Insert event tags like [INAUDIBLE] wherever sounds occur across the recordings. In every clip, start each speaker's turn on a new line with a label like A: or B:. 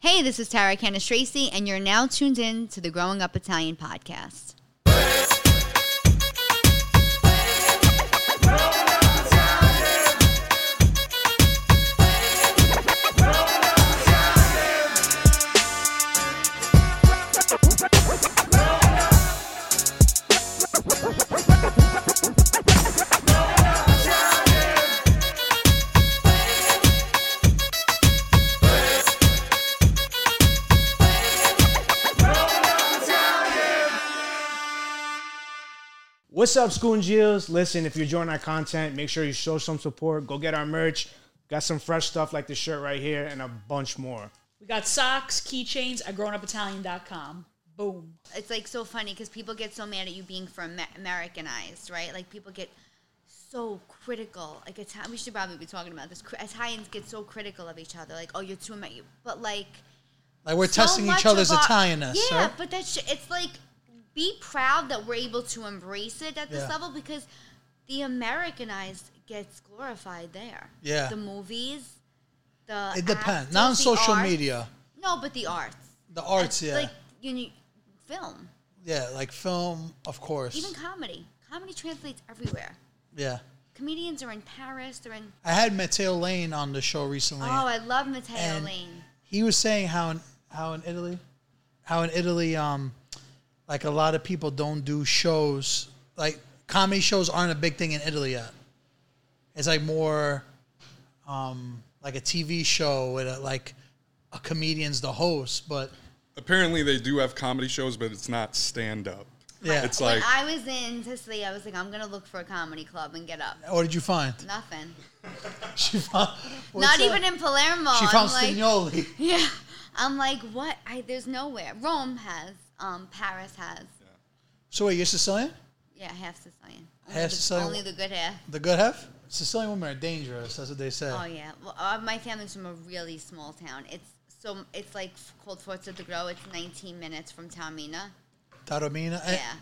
A: Hey, this is Tara Canis Tracy, and you're now tuned in to the Growing Up Italian podcast.
B: What's up, School and Jills? Listen, if you're enjoying our content, make sure you show some support. Go get our merch. Got some fresh stuff like this shirt right here and a bunch more.
C: We got socks, keychains at grownupitalian.com. Boom.
A: It's like so funny because people get so mad at you being from Amer- Americanized, right? Like people get so critical. Like Italian, we should probably be talking about this. Cri- Italians get so critical of each other. Like, oh, you're too Amer-. But like,
D: Like we're
A: so
D: testing
A: much
D: each other's
A: of our-
D: Italianness.
A: Yeah,
D: right?
A: but that's it's like be proud that we're able to embrace it at this
D: Yeah.
A: level because the Americanized gets glorified there.
D: Yeah.
A: the movies, the
D: it depends.
A: actors,
D: Not on
A: the
D: social
A: arts.
D: media.
A: No, but the arts,
D: The arts,
A: That's
D: yeah,
A: like you know, film,
D: yeah, like film, of course.
A: even comedy. Comedy translates everywhere.
D: yeah,
A: Comedians are in Paris. They're in.
D: I had Matteo Lane on the show recently.
A: Oh, I love Matteo
D: and
A: Lane.
D: He was saying how in how in Italy, how in Italy, um, like a lot of people don't do shows. Like comedy shows aren't a big thing in Italy yet. It's like more, um, like a TV show with a, like a comedian's the host, but
E: Apparently, they do have comedy shows, but it's not stand up.
D: yeah.
E: It's like
A: when I was in Sicily, I was like, I'm gonna look for a comedy club and get up.
D: what did you find?
A: Nothing.
D: [LAUGHS] She found
A: Not even in Palermo.
D: She found
A: I'm like,
D: Stignoli.
A: Yeah. I'm like, what? I, there's nowhere. Rome has. Um, Paris has.
D: [LAUGHS] So wait, you're Sicilian?
A: Yeah, half Sicilian. Only
D: Half
A: the,
D: Sicilian.
A: Only the good half.
D: The good half? Sicilian women are dangerous. That's what they say.
A: Oh yeah. Well, uh, my family's from a really small town. It's so it's like f- called Forza de Gro. It's 19 minutes from Taormina.
D: Taormina. Eh,
A: Yeah.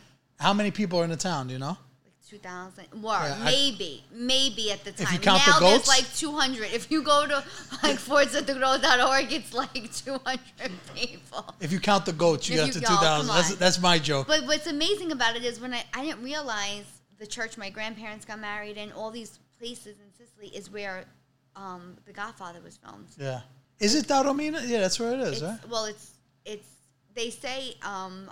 D: How many people are in the town? Do you know?
A: Like 2,000. Well,
D: Yeah, I-
A: maybe, maybe at the
D: you
A: time.
D: count the
A: now
D: goats?
A: there's like 200. If you go to
D: [LAUGHS]
A: like ForzaDeGro.org, it's like 200 people.
D: If you count the goats, you
A: If
D: get
A: you
D: to
A: go,
D: two thousand.
A: come
D: That's
A: on.
D: that's my joke.
A: But what's amazing about it is when I, I didn't realize the church my grandparents got married in, all these places in Sicily is where um, The Godfather was filmed.
D: yeah. Is it Taormina? Yeah, that's where it is,
A: It's,
D: right?
A: Well, it's it's they say um,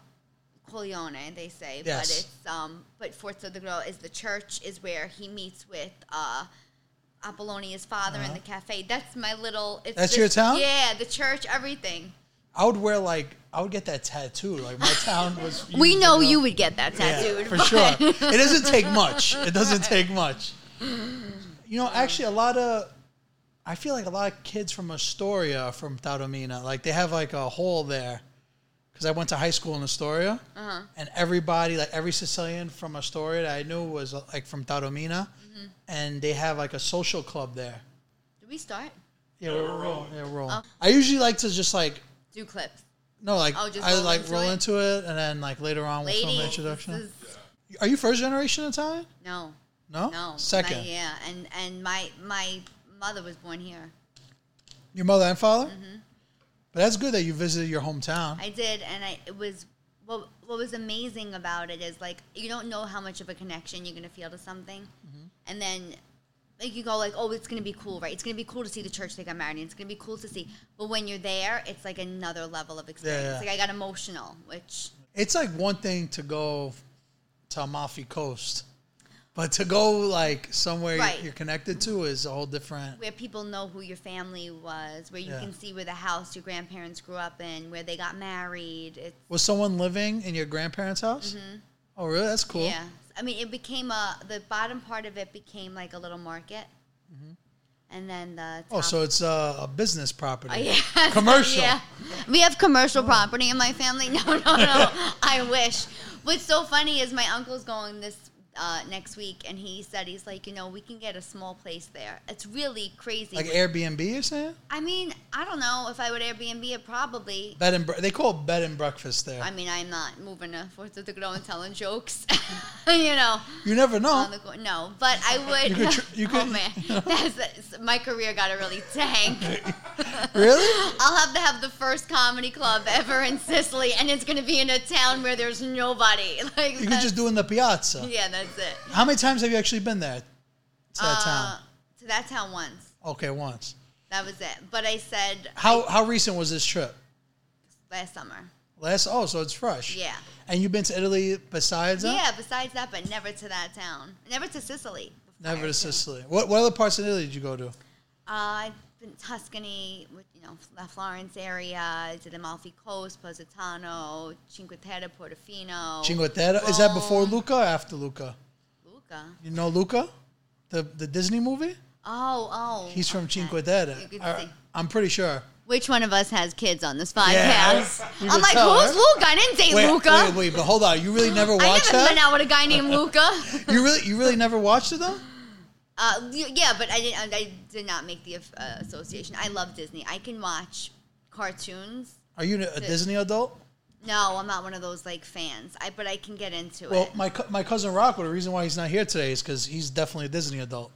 A: Coglione, they say,
D: Yes.
A: but it's um, but Forza de Gro is the church is where he meets with uh, Apollonia's father in the cafe. That's my little. It's
D: Uh-huh. That's
A: the-
D: your town?
A: Yeah, the church, everything.
D: I would wear like I would get that tattoo. Like my town was.
A: We
D: huge,
A: know
D: you
A: you would get that
D: Yeah,
A: tattooed
D: for
A: but-
D: sure. It doesn't take much. It doesn't take much. You know, actually, a lot of I feel like a lot of kids from Astoria are from Taormina. Like they have like a hole there because I went to high school in Astoria,
A: Uh-huh.
D: and everybody, like every Sicilian from Astoria that I knew was uh, like from Taormina,
A: Mm-hmm.
D: and they have like a social club there.
A: Did we start?
D: Yeah, we're rolling.
A: Oh.
D: Yeah, we're rolling. I usually like to just like.
A: Do clips.
D: No, like
A: Oh, just
D: I
A: roll
D: like
A: into
D: roll
A: it?
D: into it, and then like later on we'll film
A: Ladies,
D: an introduction.
A: this is-
D: Are you first generation Italian?
A: No,
D: No.
A: no.
D: Second.
A: My, yeah, and and my my mother was born here.
D: Your mother and father. Mm-hmm. But that's good that you visited your hometown.
A: I did, and I it was what what was amazing about it is like you don't know how much of a connection you're gonna feel to something,
D: Mm-hmm.
A: and then. Like you go like, oh, it's gonna be cool, right? It's gonna be cool to see the church they got married in. It's gonna be cool to see, but when you're there, it's like another level of experience.
D: yeah.
A: Like I got emotional, which
D: it's like one thing to go to Amalfi Coast, but to go like somewhere
A: Right.
D: you're connected to is a whole different.
A: where people know who your family was, where you
D: Yeah.
A: can see where the house your grandparents grew up in, where they got married. It's
D: Was someone living in your grandparents' house? Oh, really? That's cool.
A: Mm-hmm. Yeah, I mean, it became a the bottom part of it became like a little market, and then the
D: Oh,
A: top-
D: so it's uh, a business
A: [LAUGHS]
D: property.
A: Oh, yeah.
D: Commercial.
A: Yeah, we have commercial [LAUGHS] property in my family. No, no, no. I wish. What's so funny is my uncle's going this uh, next week, and he said he's like, you know, we can get a small place there. It's really crazy.
D: Like Airbnb, you're saying?
A: I mean, I don't know if I would Airbnb it. Probably.
D: Bed and bre- they call it bed and breakfast there.
A: I mean, I'm not moving to Fourth of the Grow and telling jokes, [LAUGHS] you know.
D: you never know.
A: On the go- no, but I would.
D: You
A: [LAUGHS]
D: could tr- you
A: oh
D: could- [LAUGHS]
A: man, that's, that's- my career got to really tank.
D: really?
A: I'll have to have the first comedy club ever in Sicily, and it's going to be in a town where there's nobody. [LAUGHS] Like,
D: You could
A: that's-
D: just do it in the piazza.
A: yeah, that's it.
D: How many times have you actually been there? To that
A: Uh,
D: town.
A: to that town once.
D: Okay, once.
A: That was it. But I said
D: How how recent was this trip?
A: last summer.
D: Last oh, so it's fresh.
A: Yeah.
D: And you've been to Italy besides that?
A: Yeah. Besides that, but never to that town. Never to Sicily.
D: Never
A: Prior
D: to Sicily. What what other parts of Italy did you go to?
A: Uh, I've been to Tuscany, with, you know, the Florence area. I did Amalfi Coast, Positano, Cinque Terre, Portofino.
D: Cinque Terre. Is that before
A: Rome,
D: Luca or after Luca?
A: Luca?
D: You know Luca? The the Disney movie?
A: Oh, oh.
D: He's from
A: okay.
D: Cinque Terre.
A: You could
D: I,
A: see.
D: I'm pretty sure.
A: Which one of us has kids on this
D: Yeah, I-
A: podcast?
D: you
A: I'm
D: could
A: like,
D: tell,
A: who's
D: right?
A: Luca? I didn't say
D: Wait,
A: Luca.
D: wait, wait, but hold on. You really never
A: [GASPS] I
D: watched
A: never
D: that?
A: went out with a guy named Luca. [LAUGHS]
D: You really you really never watched it though?
A: uh, y- yeah, but I didn't. I did not make the uh, association. I love Disney. I can watch cartoons.
D: Are you
A: [LAUGHS]
D: a Disney adult?
A: No, I'm not one of those like fans. I but I can get into
D: Well,
A: it.
D: my cou- my cousin Rocco. The reason why he's not here today is because he's definitely a Disney
A: [LAUGHS]
D: adult.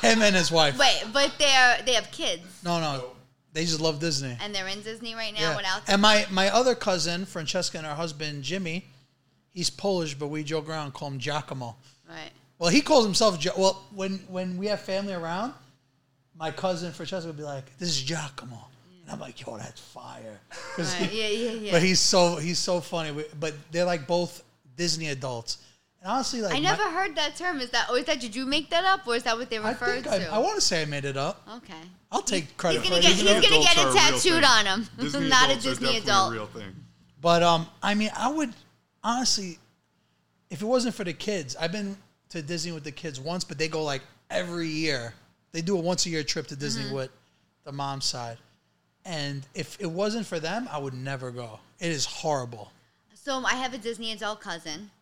D: Him and his wife.
A: Wait, but they're they have kids
D: No, no, they just love Disney.
A: and they're in Disney right now.
D: Yeah.
A: What else?
D: And my my other cousin Francesca and her husband Jimmy, he's Polish, but we joke around and call him Giacomo.
A: right.
D: Well, he calls himself. Gi- well, when when we have family around, my cousin Francesca would be like, "This is Giacomo," and I'm like, "Yo, that's fire." 'Cause
A: right.
D: he-
A: Yeah, yeah, yeah.
D: But he's so he's so funny. We- But they're like both Disney adults. And honestly, like
A: I
D: my-
A: never heard that term. Is that or is that did you make that up or is that what they
D: I
A: refer
D: think
A: to?
D: I, I want to say I made it up.
A: okay.
D: I'll take credit
A: He's
D: for
A: gonna
D: it.
A: get
D: even
A: he's
D: though-
A: gonna get
E: adults
A: it
E: are a real
A: tattooed
E: thing.
A: on him. [LAUGHS]
E: Disney
A: not a
E: adults are
A: Disney
E: definitely
A: adult.
E: A real thing.
D: But um, I mean, I would honestly, if it wasn't for the kids, I've been to Disney with the kids once, but they go like every year. They do a once a year trip to Disney
A: Mm-hmm.
D: with the mom's side. And if it wasn't for them, I would never go. It is horrible.
A: So I have a Disney adult cousin,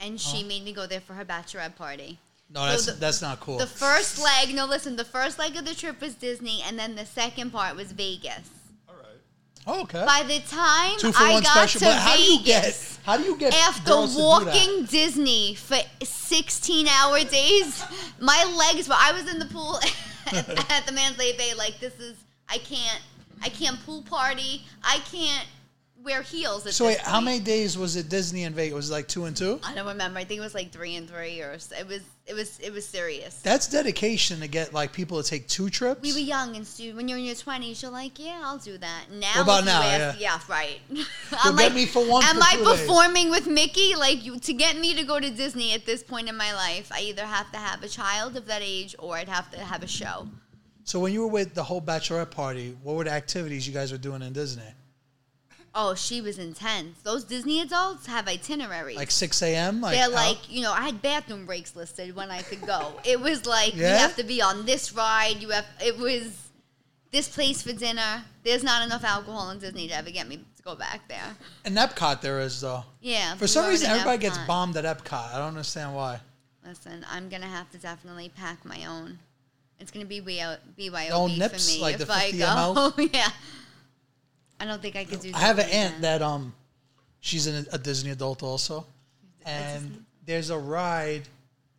A: and
D: Uh-huh.
A: she made me go there for her bachelorette party.
D: No,
A: So
D: that's
A: the-
D: that's not cool.
A: The first leg, no, listen, the first leg of the trip was Disney, and then the second part was Vegas.
E: All right.
D: oh, okay.
A: By the time
D: Two for
A: I
D: one
A: got
D: special.
A: to
D: But how do you
A: Vegas,
D: get? How do [LAUGHS] you get
A: after
D: girls to do that?
A: walking Disney for 16 hour days, my legs were. I was in the pool [LAUGHS] at, at the Mandalay Bay, like, this is, I can't, I can't pool party, I can't wear heels. At
D: So
A: this
D: wait, how
A: point.
D: many days was it Disney in Vegas? Was it like two and two?
A: I don't remember. I think it was like three and three, or s- it was it was it was serious.
D: That's dedication to get like people to take two trips.
A: We were young and stu- when you're in your twenties, you're like, yeah, I'll do that. Now,
D: What about
A: if you
D: now?
A: ask- yeah. right. [LAUGHS]
D: You'll
A: I'm
D: get me for one
A: Am
D: for
A: I
D: two days.
A: performing with Mickey? Like you, to get me to go to Disney at this point in my life, I either have to have a child of that age, or I'd have to have a show.
D: so when you were with the whole bachelorette party, what were the activities you guys were doing in Disney?
A: Oh, she was intense. Those Disney adults have itineraries.
D: Like six a.m. Like
A: They're
D: out?
A: like, you know, I had bathroom breaks listed when I could
D: [LAUGHS]
A: go. It was like
D: Yeah?
A: you have to be on this ride. You have it was this place for dinner. There's not enough alcohol in Disney to ever get me to go back there.
D: in Epcot there is though.
A: Yeah.
D: For some
A: we were
D: reason,
A: in
D: everybody gets
A: Epcot.
D: bombed at Epcot. I don't understand why.
A: Listen, I'm gonna have to definitely pack my own. It's gonna be BYO BYOB
D: own
A: for
D: nips,
A: me
D: like
A: if
D: the
A: I
D: 50
A: go. [LAUGHS] yeah. I don't think I could do.
D: I have an
A: something like
D: aunt that um, she's an, a Disney adult also, and there's a ride.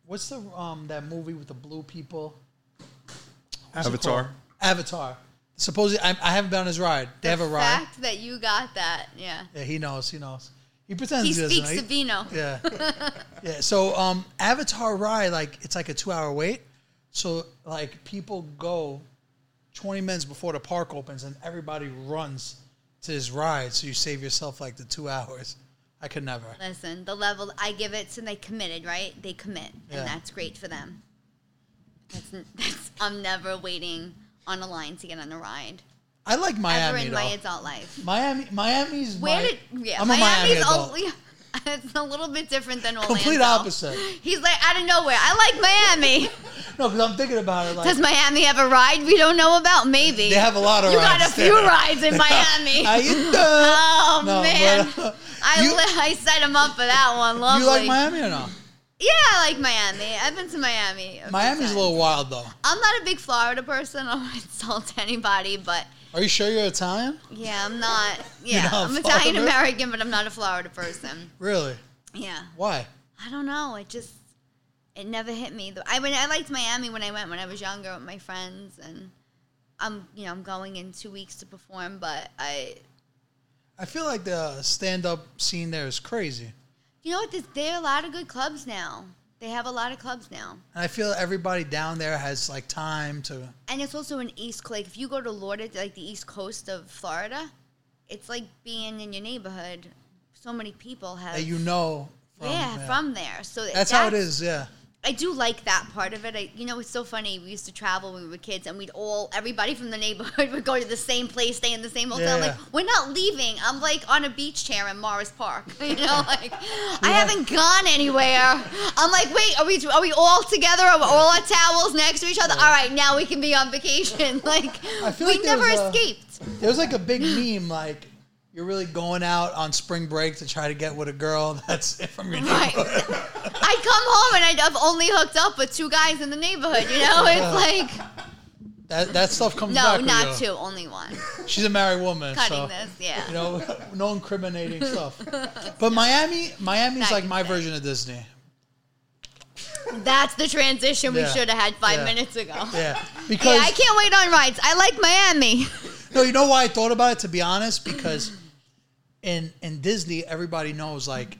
D: What's the um that movie with the blue people?
E: Avatar.
D: Avatar. Supposedly, I, I haven't been on his ride. They have a
A: The
D: ride.
A: fact that you got that, yeah.
D: Yeah, he knows. He knows. He pretends
A: He
D: he, doesn't.
A: speaks
D: know.
A: to Vino.
D: Yeah. [LAUGHS] yeah. So um Avatar ride, like it's like a two hour wait. So like people go twenty minutes before the park opens and everybody runs to this ride, so you save yourself like the two [LAUGHS] hours. I could never.
A: Listen, the level I give it to they committed, right? They commit,
D: Yeah.
A: and that's great for them. That's, n- [LAUGHS] that's I'm never waiting on a line to get on a ride
D: I like
A: ever
D: Miami
A: in
D: though.
A: my adult life.
D: Miami Miami's
A: Where
D: my,
A: did yeah?
D: I'm
A: Miami's
D: a Miami adult.
A: only- [LAUGHS] it's a little bit different than Orlando.
D: Complete opposite.
A: He's like out of nowhere. I like
D: [LAUGHS]
A: Miami.
D: No, because I'm thinking about it like
A: Does Miami have a ride we don't know about? Maybe
D: they have a lot of
A: You
D: rides.
A: got a few
D: there.
A: rides
D: [LAUGHS]
A: in Miami.
D: How
A: [LAUGHS]
D: you doing?
A: oh
D: No,
A: man,
D: [LAUGHS] but, uh,
A: I
D: you-
A: li- I set him up for that one. Lovely.
D: You like Miami or no?
A: Yeah, I like Miami. I've been to Miami. a few
D: Miami's
A: times.
D: a little wild though.
A: I'm not a big Florida person. [LAUGHS] I don't insult anybody, but
D: Are you sure you're Italian?
A: yeah, I'm not. Yeah,
D: not
A: I'm
D: Florida?
A: Italian American, but I'm not a Florida person.
D: Really?
A: Yeah,
D: Why?
A: I don't know. It just it never hit me. The- I mean, I liked Miami when I went when I was younger with my friends, and I'm you know I'm going in two weeks to perform, but I
D: I feel like the stand-up scene there is crazy,
A: you know what? There's, there are a lot of good clubs now. They have a lot of clubs now.
D: and I feel everybody down there has like time to.
A: And it's also an East Coast. Like if you go to Lauderdale, like the East Coast of Florida, it's like being in your neighborhood. So many people have.
D: That you know.
A: yeah,
D: yeah.
A: from there. So
D: That's how it is. Yeah.
A: I do like that part of it. I, you know, it's so funny. We used to travel when we were kids, and we'd all, everybody from the neighborhood [LAUGHS] would go to the same place, stay in the same hotel. I'm
D: Yeah.
A: like, we're not leaving. I'm like on a beach chair in Morris Park. [LAUGHS] You know,
D: [LAUGHS]
A: like I haven't gone anywhere. I'm like, wait, are we are we all together? Are all our towels next to each other? All right, now we can be on vacation. [LAUGHS] Like
D: I feel
A: we
D: like there
A: never
D: was a- [LAUGHS]
A: escaped.
D: There was like a big meme like. You're really going out on spring break to try to get with a girl [LAUGHS] that's from your
A: Right. I come home and I'd- I've only hooked up with two guys in the neighborhood. You know, it's like
D: That that stuff comes
A: no,
D: back.
A: not
D: with you.
A: two, only one.
D: She's a married woman.
A: Cutting
D: so,
A: this, yeah.
D: You know, [LAUGHS] no
A: [LAUGHS]
D: incriminating stuff. But Miami, Miami's
A: Back
D: like
A: in
D: my
A: the day.
D: version
A: [LAUGHS]
D: of Disney.
A: That's the transition we
D: Yeah.
A: should have had five
D: Yeah.
A: minutes ago. Yeah.
D: Yeah, because
A: I can't wait on rides. I like Miami. [LAUGHS]
D: No, you know why I thought about it to be honest? Because in in Disney, everybody knows like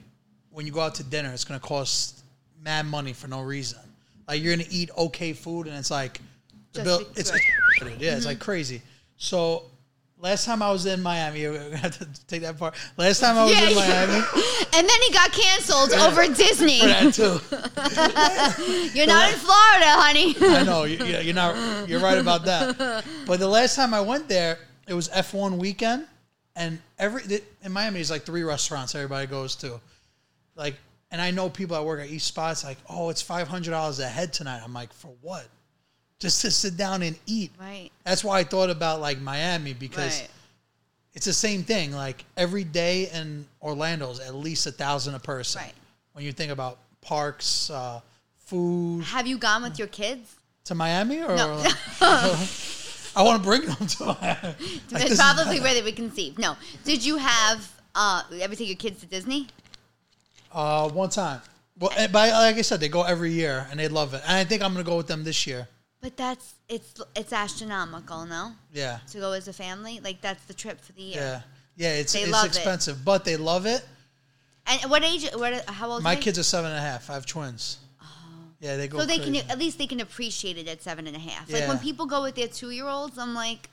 D: when you go out to dinner, it's gonna cost mad money for no reason. Like you're gonna eat okay food, and it's like
A: Just
D: the bill.
A: because- Mm-hmm.
D: It's, it's- yeah, it's like crazy. So last time I was in Miami, [LAUGHS] we're gonna have to take that part. Last time I was
A: Yeah,
D: in
A: you-
D: Miami,
A: And then he got canceled over Disney.
D: that too.
A: You're not in Florida,
D: [LAUGHS]
A: honey.
D: I know you, you- you're not. You're right about that. But the last time I went there, it was F1 weekend, and every th- in Miami there's like three restaurants everybody goes to, like. And I know people that work at East Spots like, oh, it's five hundred dollars a head tonight. I'm like, for what? Just to sit down and eat.
A: Right.
D: That's why I thought about like Miami because
A: Right.
D: it's the same thing. Like every day in Orlando's at least a thousand a person.
A: Right.
D: When you think about parks, uh, food,
A: Have you gone with your kids?
D: to Miami or
A: No.
D: [LAUGHS] I want to bring them to Miami. Like,
A: That's
D: this-
A: probably where they were conceived. No. Did you have uh, ever take your kids to Disney?
D: uh, one time. Well, eh, but like I said, they go every year and they love it. And I think I'm gonna go with them this year.
A: But that's it's it's astronomical, no?
D: Yeah,
A: To go as a family, like that's the trip for the year.
D: yeah, yeah. It's
A: They
D: it's
A: love it.
D: expensive, but they love it.
A: And what age? What? How old?
D: My
A: are they?
D: kids are seven and a half. I have twins. Yeah, they go.
A: Oh. So they
D: crazy.
A: can at least they can appreciate it at seven and a half. Like when
D: Yeah.
A: people go with their two year olds, I'm like,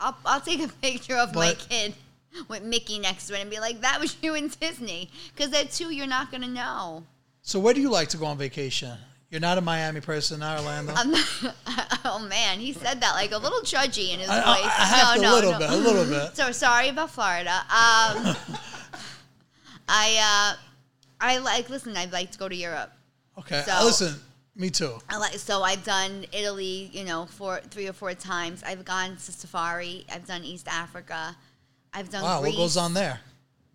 A: I'll, I'll take a [LAUGHS] picture of my
D: But-
A: kid [LAUGHS] with Mickey next to it and be like, that was you and Disney. Because at two, you're not gonna know. [LAUGHS]
D: So where do you like to go on vacation? You're not a Miami person, not Orlando.
A: I'm not, oh man, he said that like a little judgy in his
D: I- I-
A: voice.
D: I have to a little bit, a
A: [LAUGHS]
D: little bit.
A: So sorry about Florida. Um,
D: [LAUGHS]
A: I uh, I like listen. I'd like to go to Europe.
D: Okay,
A: So-
D: listen, me too.
A: I like so I've done Italy, you know, four three or four times. I've gone to safari. I've done East Africa. I've done
D: Wow,
A: Greece.
D: what goes on there?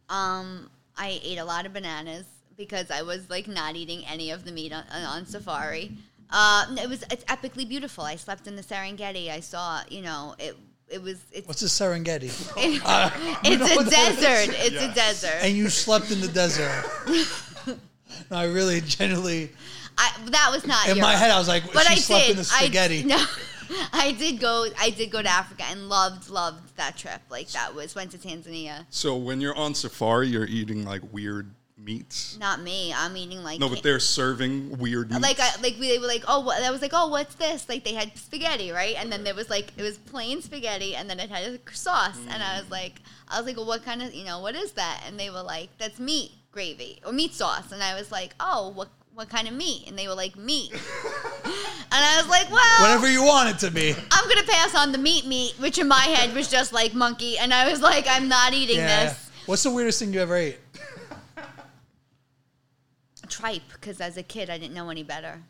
A: Um, I ate a lot of bananas because I was like not eating any of the meat on, on safari. Uh, no, it was it's epically beautiful. I slept in the Serengeti. I saw, you know, it it was it's [LAUGHS]
D: What's the Serengeti? [LAUGHS]
A: it's
D: know
A: a
D: what that is.
A: desert. It's a desert.
D: and you slept in
A: [LAUGHS]
D: the desert. no, I really genuinely.
A: I, that was not
D: In my
A: Europe.
D: head, I was like,
A: but
D: she
A: I
D: slept
A: did.
D: in the spaghetti.
A: I, [LAUGHS] no, I did go. I did go to Africa and loved loved that trip. Like that was went to Tanzania.
E: So when you're on safari, you're eating like weird meats.
A: Not me. I'm eating like
E: No, but they're serving weird meats.
A: like I like we they were like oh what, I was like oh what's this like they had spaghetti right and then there was like it was plain spaghetti and then it had a sauce and I was like I was like well what kind of you know what is that and they were like that's meat gravy or meat sauce and I was like oh what what kind of meat and they were like meat [LAUGHS] and I was like well
D: Whatever you want it
A: [LAUGHS]
D: to be.
A: I'm gonna pass on the meat meat, which in my head was just like monkey, and I was like, I'm not eating
D: Yeah.
A: this
D: What's the weirdest thing you ever ate?
A: tripe because as a kid I didn't know any better.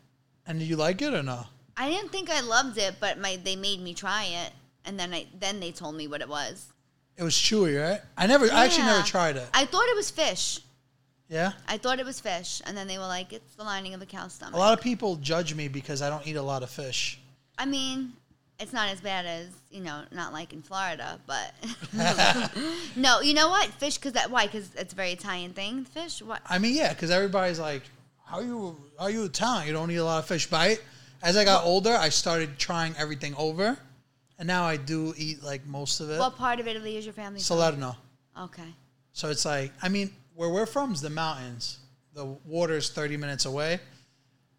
D: And do you like it or no?
A: I didn't think I loved it, but my they made me try it, and then I then they told me what it was.
D: It was chewy, right? I never, I actually never
A: Yeah.
D: tried it.
A: I thought it was fish.
D: Yeah.
A: I thought it was fish, and then they were like, "It's the lining of a cow's stomach."
D: A lot of people judge me because I don't eat a lot of fish.
A: I mean, it's not as bad as you know, not like in Florida,
D: [LAUGHS]
A: but [LAUGHS] no, you know what? Fish, because that why? Because it's a very Italian thing. Fish, what?
D: I mean, yeah, because everybody's like, "How you? Are you Italian? You don't eat a lot of fish." But I, as I got older, I started trying everything over, and now I do eat like most of it.
A: What part of Italy is your family? from?
D: Salerno.
A: Okay.
D: So it's like, I mean, where we're from is the mountains. The water's 30 minutes away.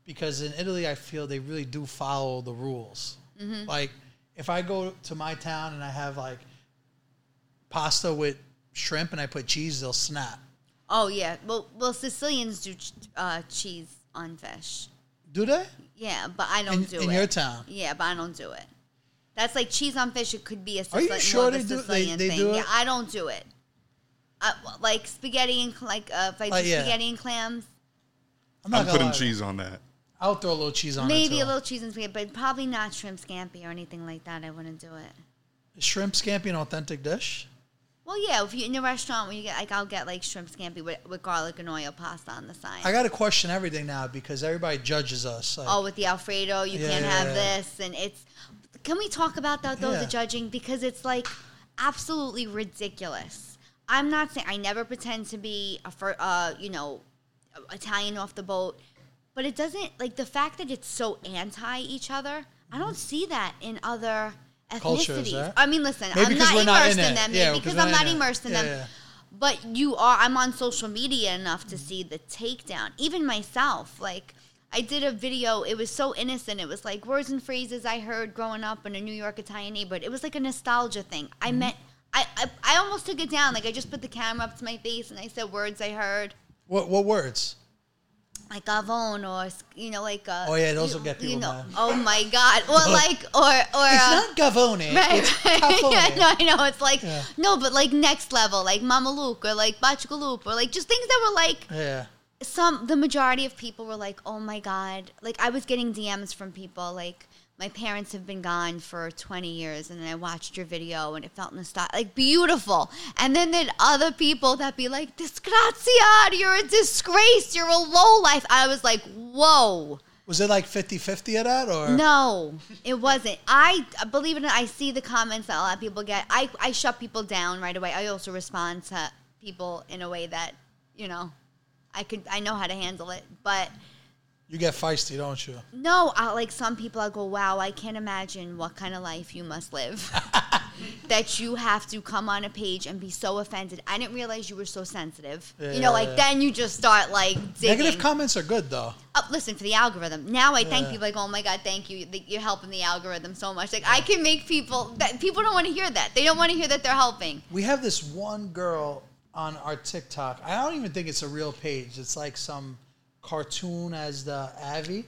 D: Because in Italy, I feel they really do follow the rules.
A: Mm-hmm.
D: Like, if I go to my town and I have like pasta with shrimp and I put cheese, they'll snap.
A: Oh yeah. Well, well, Sicilians do ch- uh, cheese on fish.
D: Do they?
A: Yeah, but I don't
D: In,
A: do
D: in
A: it.
D: your town.
A: Yeah, but I don't do it. That's like cheese on fish. It could be a
D: Are you
A: Sicilian,
D: sure
A: more of a
D: they do- they-
A: Sicilian
D: they
A: thing.
D: do
A: Yeah,
D: it?
A: I don't do it. I, like spaghetti and cl- like uh, if I do
D: Like, Oh, yeah.
A: spaghetti and clams,
D: I'm
E: I'm putting
D: lie.
E: cheese on that.
D: I'll throw a little cheese on it.
A: maybe
D: too.
A: a little cheese and spaghetti, but probably not shrimp scampi or anything like that. I wouldn't do it.
D: Shrimp scampi, an authentic dish.
A: Well, yeah, if you in a restaurant when you get like I'll get like shrimp scampi with, with garlic and oil pasta on the side.
D: I got to question everything now because everybody judges us. Like,
A: oh, with the Alfredo, you
D: Yeah,
A: can't
D: yeah,
A: have
D: yeah.
A: this. And it's. Can we talk about that, though,
D: Yeah.
A: the judging? Because it's like absolutely ridiculous. I'm not saying I never pretend to be a, fir- uh, you know, Italian off the boat, but it doesn't like the fact that it's so anti each other. I don't see that in other ethnicities.
D: Mm-hmm. Cultures, eh?
A: I mean, listen,
D: Maybe
A: I'm
D: because
A: not
D: we're
A: immersed
D: not in
A: in,
D: it.
A: them.
D: Yeah,
A: Yeah,
D: because
A: because
D: we're
A: I'm
D: not
A: not
D: in it.
A: immersed in
D: Yeah,
A: them.
D: yeah.
A: But you are. I'm on social media enough
D: Mm-hmm.
A: to see the takedown. Even myself, like I did a video. It was so innocent. It was like words and phrases I heard growing up in a New York Italian neighborhood. It was like a nostalgia thing. I
D: Mm-hmm.
A: meant. I, I I almost took it down. Like I just put the camera up to my face and I said words I heard.
D: what what words?
A: Like avon or you know like uh,
D: Oh, yeah, those
A: you-
D: will get
A: you
D: people
A: know,
D: mad.
A: oh my god
D: [LAUGHS]
A: or like or or
D: It's
A: uh,
D: not
A: [LAUGHS]
D: gavone.
A: Right.
D: It's
A: yeah,
D: cafone.
A: no, I know. It's like
D: Yeah.
A: no, but like next level, like Mama Luke or like Bachgalup or like just things that were like
D: Yeah.
A: some the majority of people were like, "Oh my god!" Like I was getting DMs from people like, "My parents have been gone for 20 years, and then I watched your video, and it felt nostalgic, like beautiful." And then there'd other people that be like, "Disgraziad, you're a disgrace, you're a low life." I was like, "Whoa."
D: Was it like 50-50 of that or
A: No, it wasn't. I believe it. or not, I see the comments that a lot of people get. I I shut people down right away. I also respond to people in a way that you know, I could I know how to handle it. But
D: you get feisty, don't you?
A: no, I, like some people, I go, wow, I can't imagine what kind of life you must
D: [LAUGHS]
A: live. that you have to come on a page and be so offended. I didn't realize you were so sensitive. you know, like
D: Yeah.
A: then you just start like digging.
D: Negative comments are good though.
A: Oh, listen for the algorithm. Now I thank
D: Yeah.
A: people like, oh my god, thank you. Th- You're helping the algorithm so much. Like I can make people that people don't want to hear that. They don't want to hear that they're helping.
D: We have this one girl on our TikTok. I don't even think it's a real page. It's like some cartoon as the Avi.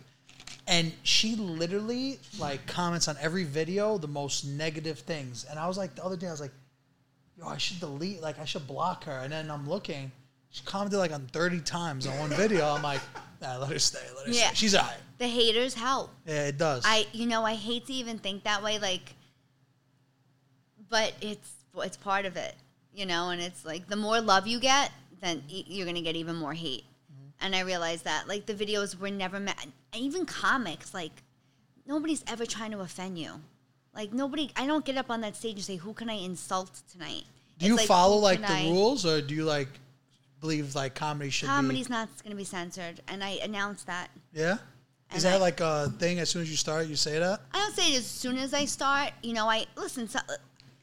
D: And she literally like comments on every video the most negative things. And I was like the other day I was like, yo, I should delete like I should block her. And then I'm looking, she commented like on 30 times on one video. I'm like, nah, let her stay, let her
A: Yeah.
D: stay. She's all right.
A: The haters help.
D: Yeah, it does.
A: I you know I hate to even think that way. Like, but it's it's part of it, you know. And it's like the more love you get, then y- you're gonna get even more hate.
D: Mm-hmm.
A: And I realized that like the videos were never meant. Even comics, like nobody's ever trying to offend you. Like nobody, I don't get up on that stage and say, "Who can I insult tonight?"
D: Do
A: It's
D: you follow
A: who
D: like
A: can
D: the
A: I-
D: rules, or do you like believe like comedy should
A: Comedy's not going to be censored, and I announce that.
D: be? Yeah. Is
A: and
D: that
A: I-
D: like a thing? As soon as you start, you say that.
A: I don't say it as soon as I start. You know, I listen. So,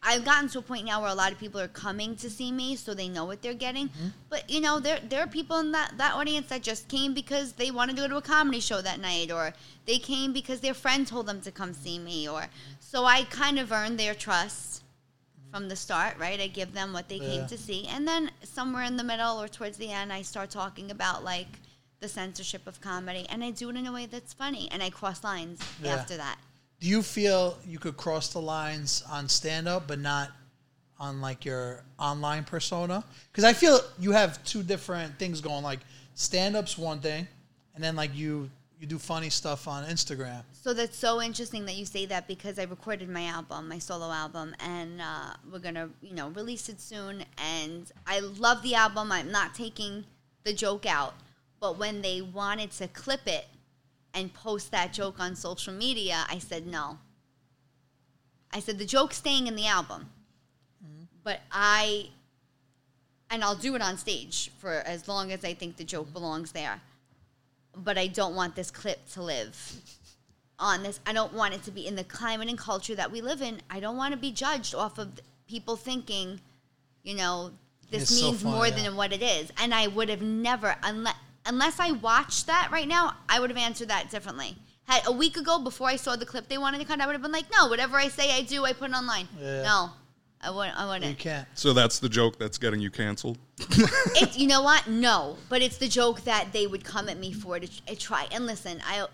A: I've gotten to a point now where a lot of people are coming to see me, so they know what they're getting.
D: Mm-hmm.
A: But you know, there there are people in that that audience that just came because they wanted to go to a comedy show that night, or they came because their friend told them to come see me, or so I kind of earned their trust from the start, right? I give them what they
D: Yeah.
A: came to see, and then somewhere in the middle or towards the end, I start talking about like the censorship of comedy, and I do it in a way that's funny, and I cross lines
D: Yeah.
A: after that.
D: Do you feel you could cross the lines on stand up, but not on like your online persona? Because I feel you have two different things going. Like stand up's one thing, and then like you you do funny stuff on Instagram.
A: So that's so interesting that you say that because I recorded my album, my solo album, and uh, we're gonna, you know, release it soon. And I love the album. I'm not taking the joke out, but when they wanted to clip it and post that joke on social media, I said no. I said the joke's staying in the album,
D: Mm-hmm.
A: but I and I'll do it on stage for as long as I think the
D: Mm-hmm.
A: joke belongs there. But I don't want this clip to live on this. I don't want it to be in the climate and culture that we live in. I don't want to be judged off of people thinking, you know, this
D: It's so
A: means
D: fun,
A: more
D: yeah.
A: than what it is. And I would have never, unless, unless I watched that right now, I would have answered that differently. Had a week ago, before I saw the clip they wanted to cut, I would have been like, no, whatever I say, I do, I put it online.
D: Yeah.
A: No, I wouldn't. I wouldn't.
D: You can't.
E: So that's the joke that's getting you canceled.
A: It, you know what? No, but it's the joke that they would come at me for to tr- eh, try. And listen, I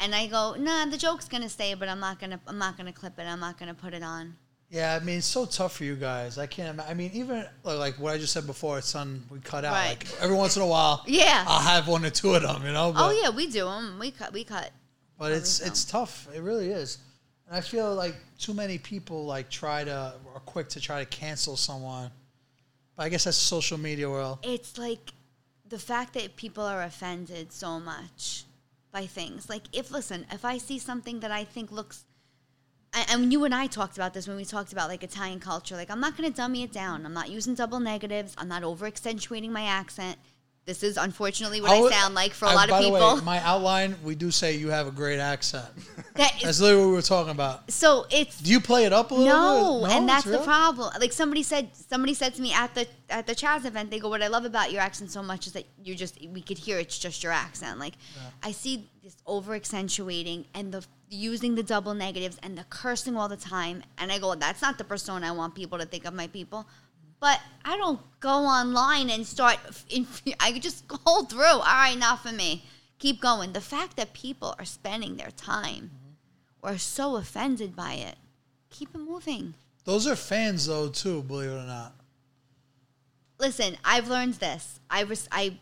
A: and I go, nah, the joke's gonna stay, but I'm not gonna, I'm not gonna clip it. I'm not gonna put it on.
D: Yeah, I mean, it's so tough for you guys. I can't. ima- I mean, even like- like what I just said before, it's son, we cut out.
A: Right.
D: Like every once in a while,
A: Yeah.
D: I'll have one or two of them, you know. But,
A: oh yeah, we do 'em. We cut, we cut.
D: but it's
A: so.
D: it's tough. It really is. And I feel like too many people like try to are quick to try to cancel someone. But I guess that's social media world.
A: It's like the fact that people are offended so much by things. Like if listen, if I see something that I think looks and- and you and I talked about this when we talked about like Italian culture. Like, I'm not going to dummy it down. I'm not using double negatives. I'm not over accentuating my accent. This is unfortunately what I,
D: would-
A: sound like for a
D: I-
A: lot of
D: by
A: people.
D: the way, my outline, we do say you have a great accent.
A: that is,
D: That's literally what we were talking about.
A: so it's
D: Do you play it up a little
A: no,
D: bit?
A: and
D: it's
A: that's the
D: real?
A: problem. Like somebody said, somebody said to me at the at the Chaz event, they go, "What I love about your accent so much is that you just we could hear it's just your accent." Like I see this over accentuating and the using the double negatives and the cursing all the time, and I go, "That's not the persona I want people to think of my people." But I don't go online and start. In, [LAUGHS] I could just hold through. All right, enough of me. Keep going. The fact that people are spending their time
D: Mm-hmm.
A: or so offended by it, keep it moving.
D: Those are fans, though, too. Believe it or not.
A: Listen, I've learned this. I res- I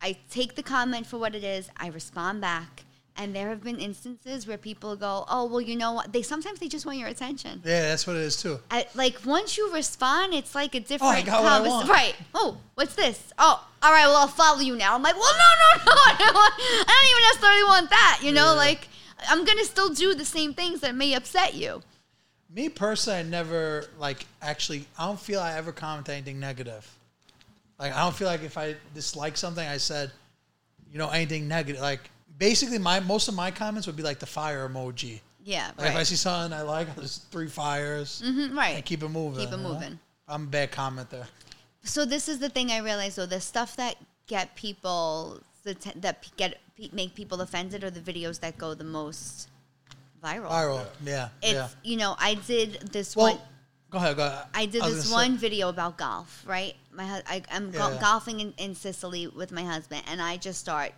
A: I take the comment for what it is. I respond back, and there have been instances where people go, "Oh, well, you know what?" They sometimes they just want your attention.
D: Yeah, that's what it is too.
A: I, like once you respond, it's like a different
D: got what Oh, I
A: convers-
D: want.
A: Right? Oh, what's this? Oh, all right. Well, I'll follow you now. I'm like, well, no, [LAUGHS] no, no. I don't, want, I don't even necessarily want that. You know, like I'm gonna still do the same things that may upset you.
D: Me personally, I never like actually. I don't feel I ever comment anything negative. Like I don't feel like if I dislike something, I said, you know, anything negative. Like basically, my most of my comments would be like the fire emoji.
A: Yeah.
D: Like if I
A: right.
D: see something I like, I'll just three fires
A: Mhm, right.
D: and keep it moving.
A: Keep it
D: you know?
A: moving.
D: I'm a bad commenter.
A: so this is the thing I realized though the stuff that get people that te- that p- get p- make people offended are the videos that go the most viral.
D: Viral, yeah,
A: It's
D: yeah.
A: you know I did this one.
D: Well, go ahead, go ahead.
A: I did
D: was
A: this
D: gonna say-
A: one video about golf, right? My hus- I, I'm go-
D: Yeah.
A: golfing in, in Sicily with my husband, and I just start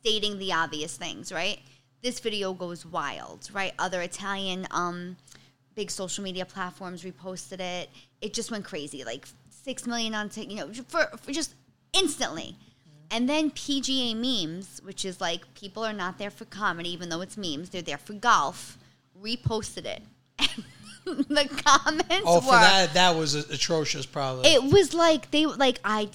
A: stating the obvious things, right? This video goes wild, right? Other Italian um, big social media platforms reposted it. It just went crazy, like six million on TikTok, you know, for, for just instantly. And then PGA memes, which is like people are not there for comedy, even though it's memes, they're there for golf, reposted it. [LAUGHS] the comments
D: Oh,
A: were
D: for that, that was atrocious, probably.
A: it was like they like I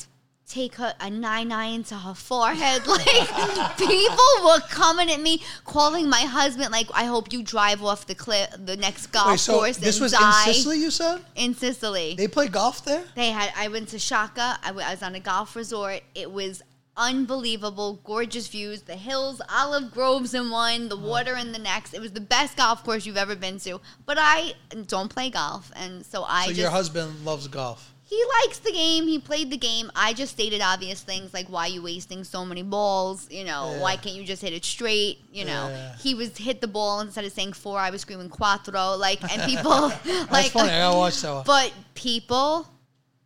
A: take her a nine iron to her forehead. [LAUGHS] Like people were coming at me, calling my husband. Like I hope you drive off the cliff, the next golf
D: Wait, so
A: course.
D: this
A: and
D: was
A: die.
D: in Sicily, you said?
A: In Sicily,
D: They play golf there?
A: they had. I went to Shaka. I wa- I was on a golf resort. It was unbelievable, gorgeous views. The hills, olive groves in one, the water in the next. It was the best golf course you've ever been to. But I don't play golf, and so I
D: So
A: just
D: your husband loves golf.
A: he likes the game. He played the game. I just stated obvious things like why you wasting so many balls. You know,
D: Yeah.
A: why can't you just hit it straight? You know,
D: Yeah.
A: he was hit the ball instead of saying four. I was screaming cuatro. Like, and people
D: [LAUGHS]
A: [LAUGHS]
D: That's
A: like,
D: funny. I gotta watch that one.
A: but people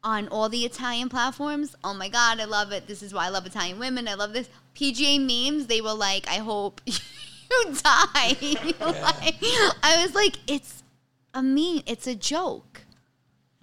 A: on all the Italian platforms. Oh my god, I love it. This is why I love Italian women. I love this PGA memes. They were like, I hope [LAUGHS] you die. [LAUGHS] Like, I was like, it's a meme. It's a joke.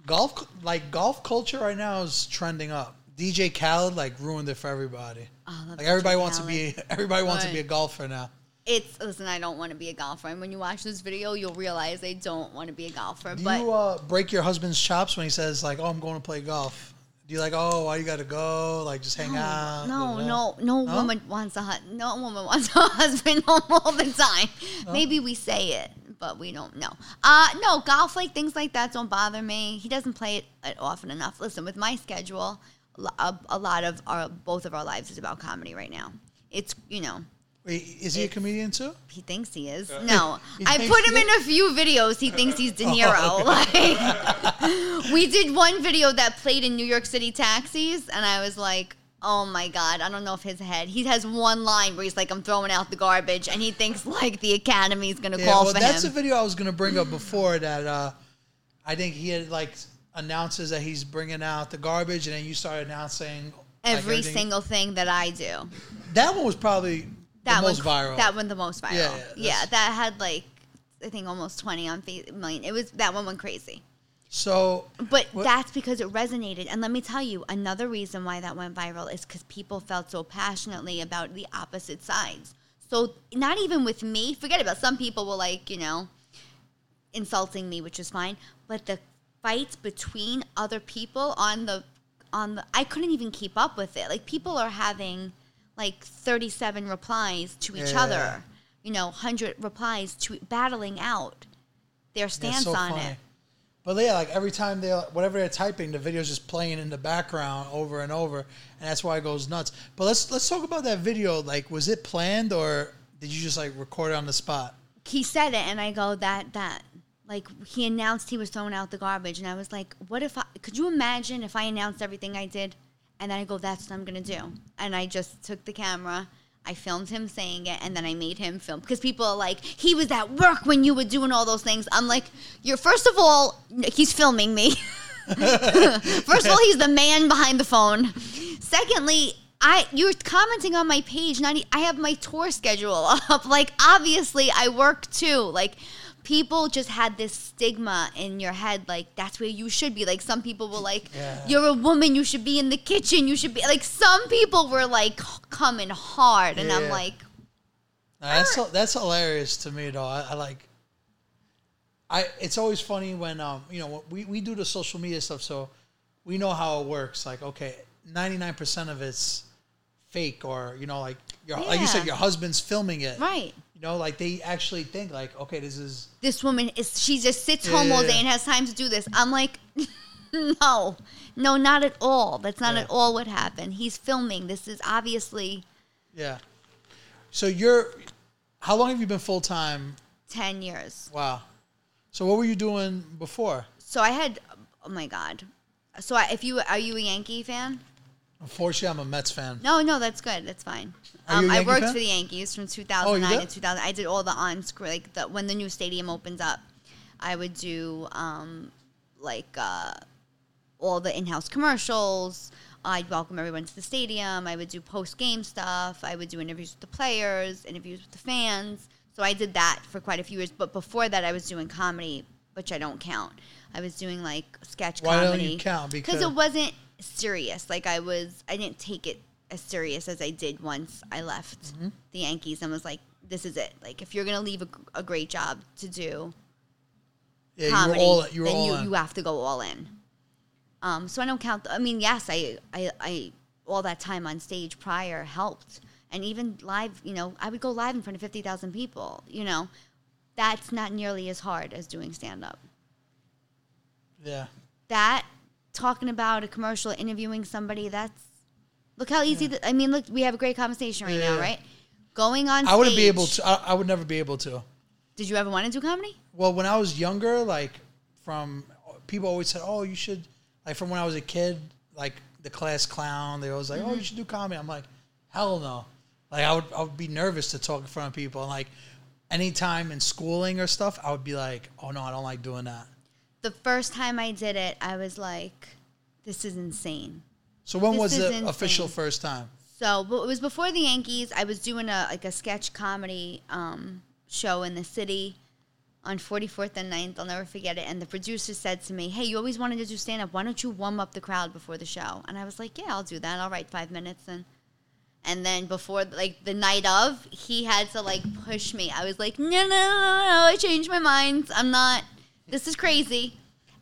D: golf, cu- like golf culture right now is trending up. DJ Khaled like ruined it for everybody.
A: love
D: like
A: DJ
D: everybody wants to be,
A: Khaled.
D: [LAUGHS] everybody wants to
A: Right.
D: be a golfer now.
A: it's listen. I don't want to be a golfer, and when you watch this video, you'll realize I don't want to be a golfer.
D: Do
A: but
D: you uh, break your husband's chops when he says like, "Oh, I'm going to play golf"? Do you like, oh, why you got to go? Like, just hang out.
A: No,
D: blah, blah,
A: no, no
D: No?
A: woman wants a hu- no woman [LAUGHS] wants a husband all the time. Maybe we say it, but we don't know. Uh no, golf like things like that don't bother me. He doesn't play it uh, often enough. Listen, with my schedule, lo- a, a lot of our both of our lives is about comedy right now. It's you know.
D: Wait, is he a comedian too?
A: He thinks he is. No,
D: [LAUGHS] He
A: I
D: thinks
A: put him
D: he Oh,
A: in a few videos. He thinks he's
D: [LAUGHS]
A: De Niro. [LAUGHS] Like, we did one video that played in New York City taxis, and I was like, "Oh my god!" I don't know if his head. He has one line where he's like, "I'm throwing out the garbage," and he thinks like the Academy's gonna
D: Yeah,
A: call
D: well,
A: for
D: that's
A: him.
D: a video I was gonna bring up before that. Uh, I think he had like announces that he's bringing out the garbage, and then you started announcing like,
A: Every
D: everything.
A: single thing that I do.
D: That one was probably
A: That
D: the most
A: one,
D: viral.
A: That one, the most viral.
D: Yeah,
A: Yeah,
D: yeah, that's-
A: that had like I think almost twenty on fa- million. It was that one went crazy.
D: So
A: But
D: What-
A: that's because it resonated. And let me tell you, another reason why that went viral is because people felt so passionately about the opposite sides. So, not even with me, forget about some people were like, you know, insulting me, which is fine. But the fights between other people on the, on the, I couldn't even keep up with it. Like, people are having like 37 replies to each
D: Yeah.
A: other, you know, 100 replies to battling out their stance
D: that's so
A: on
D: funny.
A: it.
D: But yeah, like every time they whatever they're typing, the video's just playing in the background over and over, and that's why it goes nuts. But let's let's talk about that video. Like, was it planned or did you just like record it on the spot?
A: he said it and i go that that like he announced he was throwing out the garbage and i was like what if i could you imagine if i announced everything i did and then i go that's what i'm gonna do and i just took the camera i filmed him saying it and then i made him film because people are like he was at work when you were doing all those things i'm like you're first of all he's filming me First of
D: [LAUGHS]
A: all, he's the man behind the phone. Secondly, I you're commenting on my page. Not e- I have my tour schedule [LAUGHS] up. Like obviously, I work too. Like people just had this stigma in your head. Like that's where you should be. Like some people were like,
D: Yeah.
A: "You're a woman. You should be in the kitchen. You should be." Like some people were like coming hard, and I'm
D: Yeah.
A: like,
D: Now,
A: Ah.
D: that's that's hilarious to me though. I, I like. I it's always funny when um you know we we do the social media stuff, so we know how it works. Like okay, ninety nine percent of it's fake, or you know like your, like you said,
A: Yeah.
D: your husband's filming it,
A: right.
D: You know, like they actually think like okay, this is
A: this woman is she just sits
D: Yeah,
A: home all
D: yeah,
A: day
D: yeah.
A: and has time to do this. I'm like, [LAUGHS] no, no, not at all. That's not
D: Yeah.
A: at all what happened. He's filming. This is obviously
D: yeah. So you're, how long have you been full time?
A: ten years.
D: Wow. So what were you doing before?
A: So I had, oh my god. So I, if you are you a Yankee fan?
D: Unfortunately, I'm a Mets fan.
A: No, no, that's good. That's fine.
D: Are
A: Um,
D: you a
A: I
D: Yankee
A: worked
D: fan?
A: for the Yankees from
D: Oh,
A: 2009
D: you did?
A: to 2000. I did all the on screen, like the, when the new stadium opens up, I would do um, like uh, all the in house commercials. I'd welcome everyone to the stadium. I would do post game stuff. I would do interviews with the players, interviews with the fans. So I did that for quite a few years. But before that, I was doing comedy, which I don't count. I was doing like sketch
D: Why don't you
A: comedy.
D: count?
A: because
D: Because-
A: it wasn't serious. Like I was, I didn't take it as serious as I did once I left
D: Mm-hmm.
A: the Yankees and was like, "This is it." Like if you're gonna leave a, a great job to do
D: Yeah,
A: comedy,
D: you were all you were
A: then
D: all
A: you,
D: in.
A: you have to go all in. Um, so I don't count. I mean, yes, I, I, I, all that time on stage prior helped, and even live. You know, I would go live in front of fifty thousand people. You know, that's not nearly as hard as doing stand up
D: yeah.
A: that talking about a commercial interviewing somebody that's look how easy that, i mean look we have a great conversation right
D: Yeah,
A: now
D: yeah.
A: right going on
D: I wouldn't be
A: stage-
D: able to. I, I would never be able to.
A: did you ever want to do comedy
D: Well, when I was younger, like from people always said, "Oh, you should." Like from when I was a kid, like the class clown, they always like,
A: Mm-hmm.
D: "Oh, you should do comedy." I'm like, "Hell no!" Like I would, I would be nervous to talk in front of people. And like anytime in schooling or stuff, I would be like, "Oh no, I don't like doing that."
A: the first time i did it i was like this is insane
D: So when
A: This
D: was
A: is
D: the
A: insane.
D: official first time?
A: So, but it was before the Yankees. I was doing a like a sketch comedy um, show in the city on 44th and 9th. I'll never forget it. And the producer said to me, "Hey, you always wanted to do stand up. Why don't you warm up the crowd before the show?" And I was like, "Yeah, I'll do that. I'll write five minutes." And and then before like the night of, he had to like push me. I was like, "No, no, no, no! no. I changed my mind. I'm not. This is crazy."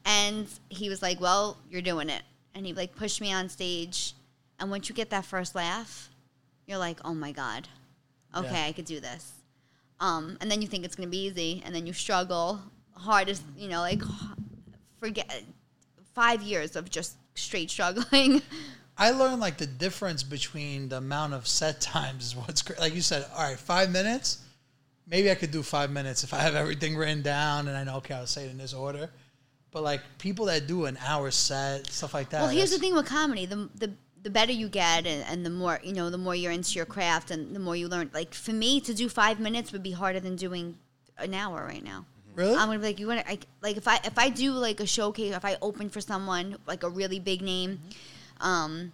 A: And he was like, "Well, you're doing it." and he like pushed me on stage. And once you get that first laugh, you're like, oh my god, okay,
D: Yeah.
A: I could do this. Um, and then you think it's gonna be easy, and then you struggle. Hardest, you know, like forget five years of just straight
D: [LAUGHS]
A: struggling.
D: I learned like the difference between the amount of set [LAUGHS] times is what's great. Like you said, all right, five minutes. Maybe I could do five minutes if I have everything written down and I know okay, I'll say it in this order. But like people that do an hour set, stuff like that.
A: Well, here's the
D: that's-
A: thing with comedy: the the the better you get, and, and the more you know, the more you're into your craft, and the more you learn. Like for me, to do five minutes would be harder than doing an hour right now.
D: Really?
A: I'm gonna be like, you want to like if I if I do like a showcase, if I open for someone like a really big name, um,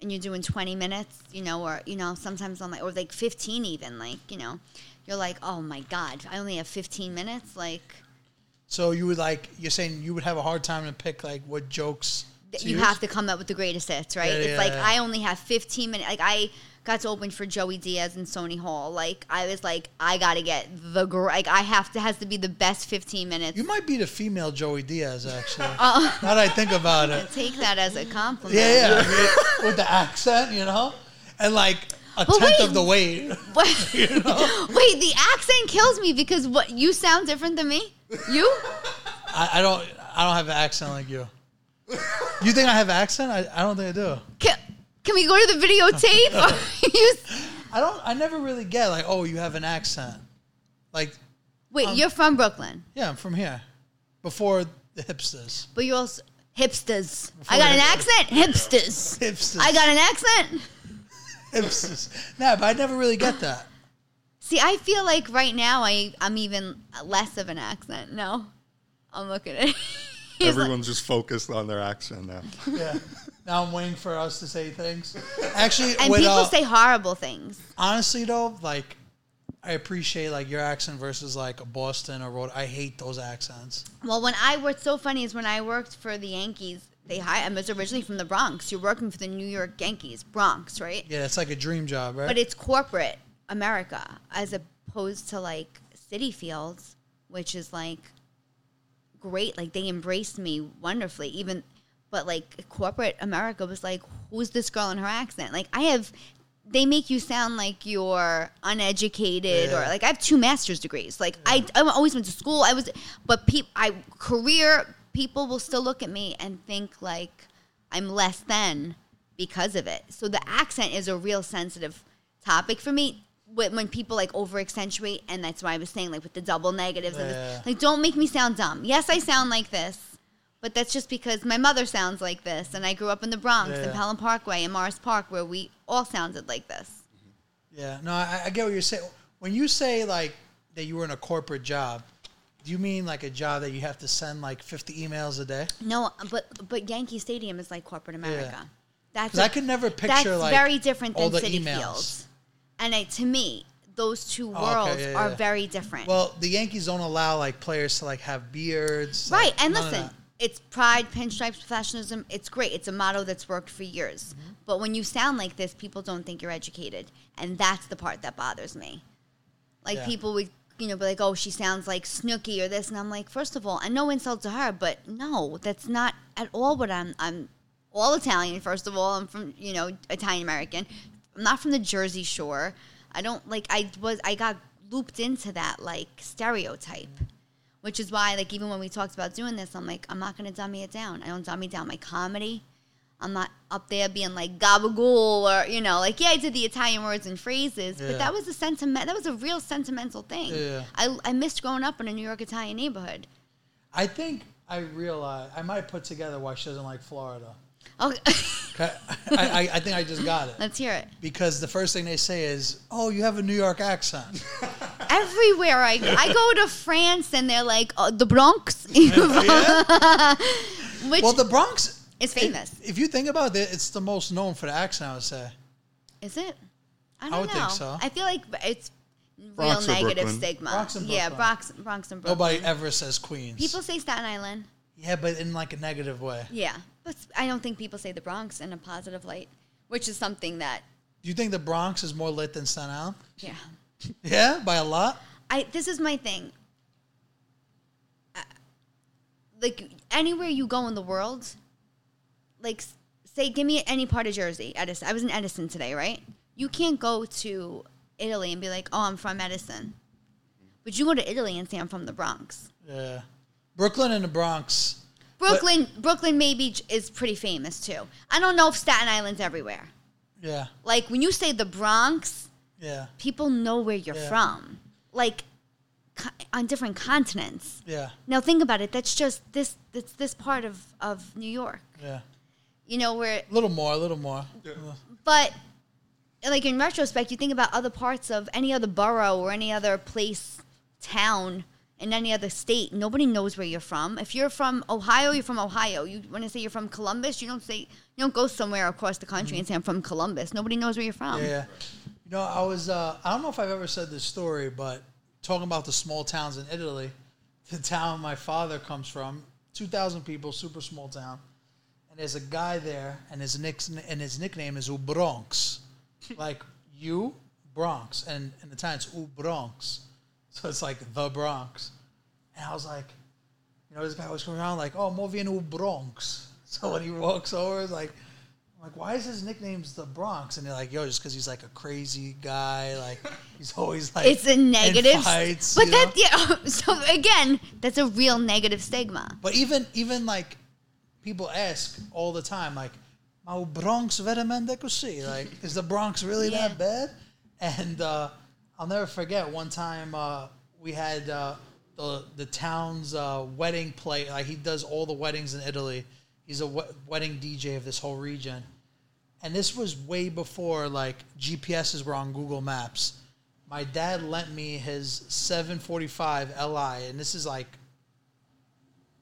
A: and you're doing 20 minutes, you know, or you know, sometimes I'm like, or like 15 even, like you know, you're like, oh my god, I only have 15 minutes, like.
D: So you would like you're saying you would have a hard time to pick like what jokes
A: that
D: to
A: you
D: use?
A: have to come up with the greatest hits, right?
D: Yeah,
A: it's
D: yeah,
A: like
D: yeah.
A: I only have 15 minutes. Like I got to open for Joey Diaz and Sony Hall. Like I was like, I gotta get the gr- like I have to has to be the best 15 minutes.
D: You might be the female Joey Diaz
A: [LAUGHS]
D: actually.
A: Uh-uh.
D: now that I think about it.
A: Take that as a compliment.
D: Yeah, yeah. I mean, with the accent, you know? And like a
A: But
D: tenth
A: wait.
D: of the weight. [LAUGHS]
A: [LAUGHS] What- Wait, the accent kills me because what you sound different than me. You?
D: I, I don't I don't have an accent like you. You think I have an accent? I, I don't think I do.
A: Can, can we go to the videotape? [LAUGHS] you,
D: I don't I never really get like, oh, you have an accent. Like,
A: wait, you're from Brooklyn,
D: yeah, I'm from here. Before the hipsters.
A: but you're also hipsters. I got an accent. Hipsters.
D: Hipsters.
A: I got an accent.
D: hipsters. Nah, but I never really get that.
A: See, I feel like right now I I'm even less of an accent. No, I'm looking at. [LAUGHS] He's like-
E: Everyone's just focused on their
A: [LAUGHS]
E: accent now.
D: Yeah. Now I'm waiting for us to say things. Actually,
A: and
D: with,
A: people
D: uh,
A: say horrible things.
D: honestly though, like I appreciate like your accent versus like a Boston or Rhode. I hate those accents.
A: Well, when I what's so funny is when I worked for the Yankees, they hired. I was originally from the Bronx. You're working for the New York Yankees, Bronx, right?
D: Yeah, it's like a dream job, right?
A: But it's corporate America as opposed to like city fields, which is like great. Like they embraced me wonderfully, even but like corporate America was like, Who's this girl in her accent? Like I have they make you sound like you're uneducated or
D: Yeah.
A: like I have two master's degrees. Like I, I always went to school. I was but peop I career people will still look at me and think like I'm less than because of it. So the accent is a real sensitive topic for me when when people like over accentuate and that's why I was saying like with the double negatives and
D: Yeah.
A: this, like don't make me sound dumb. Yes, I sound like this, but that's just because my mother sounds like this and I grew up in the Bronx
D: Yeah.
A: and Pelham Parkway and Morris Park where we all sounded like this.
D: yeah, no, I, I get what you're saying. When you say like that you were in a corporate job, do you mean like a job that you have to send like 50 emails a day?
A: No, but but Yankee Stadium is like corporate America. That's
D: 'Cause I could never picture,
A: that's
D: like,
A: very different
D: all
A: than
D: the
A: city
D: emails. Oh,
A: fields. And I, to me, those two
D: okay,
A: worlds
D: yeah,
A: are
D: yeah.
A: very different.
D: Well, the Yankees don't allow like players to like have beards,
A: Right,
D: like,
A: and
D: none of
A: listen,
D: that.
A: it's pride, pinstripes, professionalism. It's great. It's a motto that's worked for years.
D: Mm-hmm.
A: But when you sound like this, people don't think you're educated, and that's the part that bothers me. Like
D: Yeah.
A: people would, you know, be like, "Oh, she sounds like Snooki or this," and I'm like, first of all, and no insult to her, but no, that's not at all what I'm. I'm all Italian. First of all, I'm from you know Italian American. I'm not from the Jersey Shore. I don't like. I was. I got looped into that like stereotype which is why like even when we talked about doing this i'm like i'm not gonna dummy it down i don't dummy down my comedy i'm not up there being like gabagool or you know like yeah i did the italian words and phrases
D: Yeah.
A: but that was a sentiment that was a real sentimental thing
D: Yeah.
A: I, I missed growing up in a new york italian neighborhood
D: I think I realize I might put together why she doesn't like
A: [LAUGHS]
D: Florida.
A: okay
D: 'Kay? I, I, I think I just got it
A: Oh, let's hear it
D: because the first thing they say is, "Oh, you have a New
A: [LAUGHS]
D: York accent."
A: everywhere i go i go to france and they're like oh, the bronx [LAUGHS] which
D: Well, the Bronx
A: is famous
D: If you think about it, it's the most known for the accent, I would say.
A: Is it? I don't
D: would
A: know.
D: think so.
A: I feel like it's
E: Bronx
A: real
E: or
A: negative
E: Brooklyn?
A: stigma.
D: Bronx and
A: Yeah,
D: Brooklyn.
A: Bronx, Bronx and Brooklyn.
D: Nobody ever says Queens.
A: um, People say Staten Island.
D: yeah, but in like a negative way.
A: Yeah, but I don't think people say the Bronx in a positive light, which is something that
D: Do you think the Bronx is more lit than Staten Island?
A: yeah.
D: Yeah, by a lot.
A: I this is my thing. Uh, I, like anywhere you go in the world, like s- say give me any part of Jersey. Edison. I was in Edison today, right? You can't go to Italy and be like, "Oh, I'm from Edison." But you go to Italy and say I'm from the Bronx.
D: Yeah. Brooklyn and the Bronx.
A: Brooklyn, Brooklyn maybe j- is pretty famous too. I don't know if Staten Island's everywhere.
D: Yeah.
A: Like when you say the Bronx,
D: Yeah.
A: people know where you're
D: Yeah.
A: from. Like co- on different continents.
D: Yeah.
A: Now think about it. That's just this. That's this part of of New York.
D: Yeah.
A: You know where,
D: A little more, a little more.
A: but like in retrospect, you think about other parts of any other borough or any other place, town in any other state. Nobody knows where you're from. If you're from Ohio, you're from Ohio. You want to say you're from Columbus. You don't say you don't go somewhere across the country and say I'm from Columbus. Nobody knows where you're from.
D: Yeah. You know, I was, uh, I don't know if I've ever said this story, but talking about the small towns in Italy, the town my father comes from, 2,000 people, super small town. And there's a guy there, and his, nick- and his nickname is Ubronx. like, you, Bronx. And in Italian, it's Ubronx. So it's like the Bronx. And I was like, you know, this guy was coming around like, oh, Movi in Bronx. [LAUGHS] So when he walks over, it's like, I'm like, why is his nickname's the Bronx? And they're like, yo, just because he's like a crazy guy. Like, he's always like,
A: It's a
D: in
A: negative, s-
D: fights,
A: but
D: you
A: that
D: know?
A: yeah. [LAUGHS] So again, that's a real negative stigma.
D: But even even like people ask all the time, like, "Ma Bronx veramente così?" Like, is the Bronx really
A: Yeah.
D: that bad? And uh, I'll never forget one time uh, we had uh, the the town's uh, wedding play. Like he does all the weddings in Italy. He's a we- wedding DJ of this whole region. And this was way before like GPSs were on Google Maps. My dad lent me his 745 Li, and this is like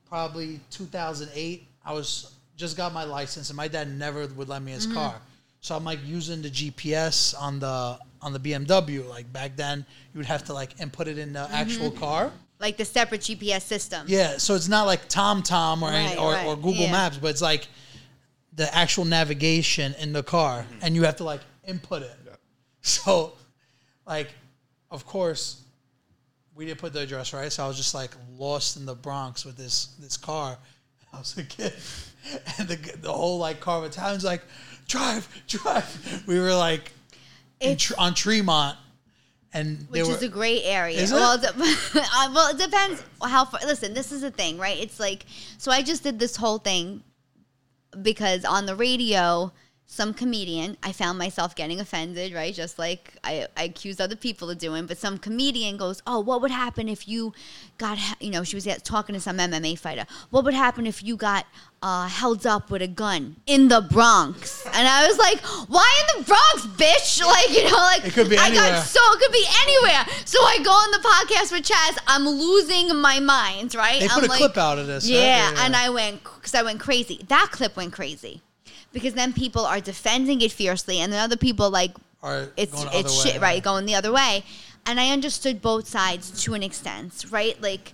D: probably 2008. I was just got my license, and my dad never would lend me his car. So I'm like using the GPS on the on the BMW. Like back then, you would have to like input it in the actual car.
A: Like the separate GPS system.
D: Yeah, so it's not like TomTom or any,
A: Right,
D: or,
A: right,
D: or Google
A: yeah.
D: Maps, but it's like the actual navigation in the car, and you have to like input it. [LAUGHS] So, like, of course, we didn't put the address right, so I was just like lost in the Bronx with this this car. [LAUGHS] I was a kid, [LAUGHS] and the the whole like car of Italians like drive, drive. We were like in,
A: It's-
D: Tr- on Tremont, and they
A: which
D: were
A: is a great area.
D: Is it?
A: well, it? de- [LAUGHS] uh, well, it depends how far. Listen, this is the thing, right? It's like so. I just did this whole thing because on the radio, some comedian. I found myself getting offended, right? Just like I, I accuse other people of doing. But some comedian goes, "Oh, what would happen if you got? he- You know, she was at- talking to some MMA fighter. What would happen if you got?" Uh, held up with a gun in the Bronx, and I was like, "Why in the Bronx, bitch?" [LAUGHS] Like you know, like
D: It could be
A: I
D: anywhere.
A: got so it could be anywhere. So I go on the podcast with Chaz. I'm losing my mind, right?
D: They put
A: I'm
D: a clip out of this, right?
A: Yeah,
D: Yeah, yeah.
A: and I went because I went crazy. That clip went crazy because then people are defending it fiercely, and then other people like
D: Are
A: it's
D: going the
A: it's
D: other
A: shit,
D: way,
A: right? Going the other way, and I understood both sides to an extent, right? Like.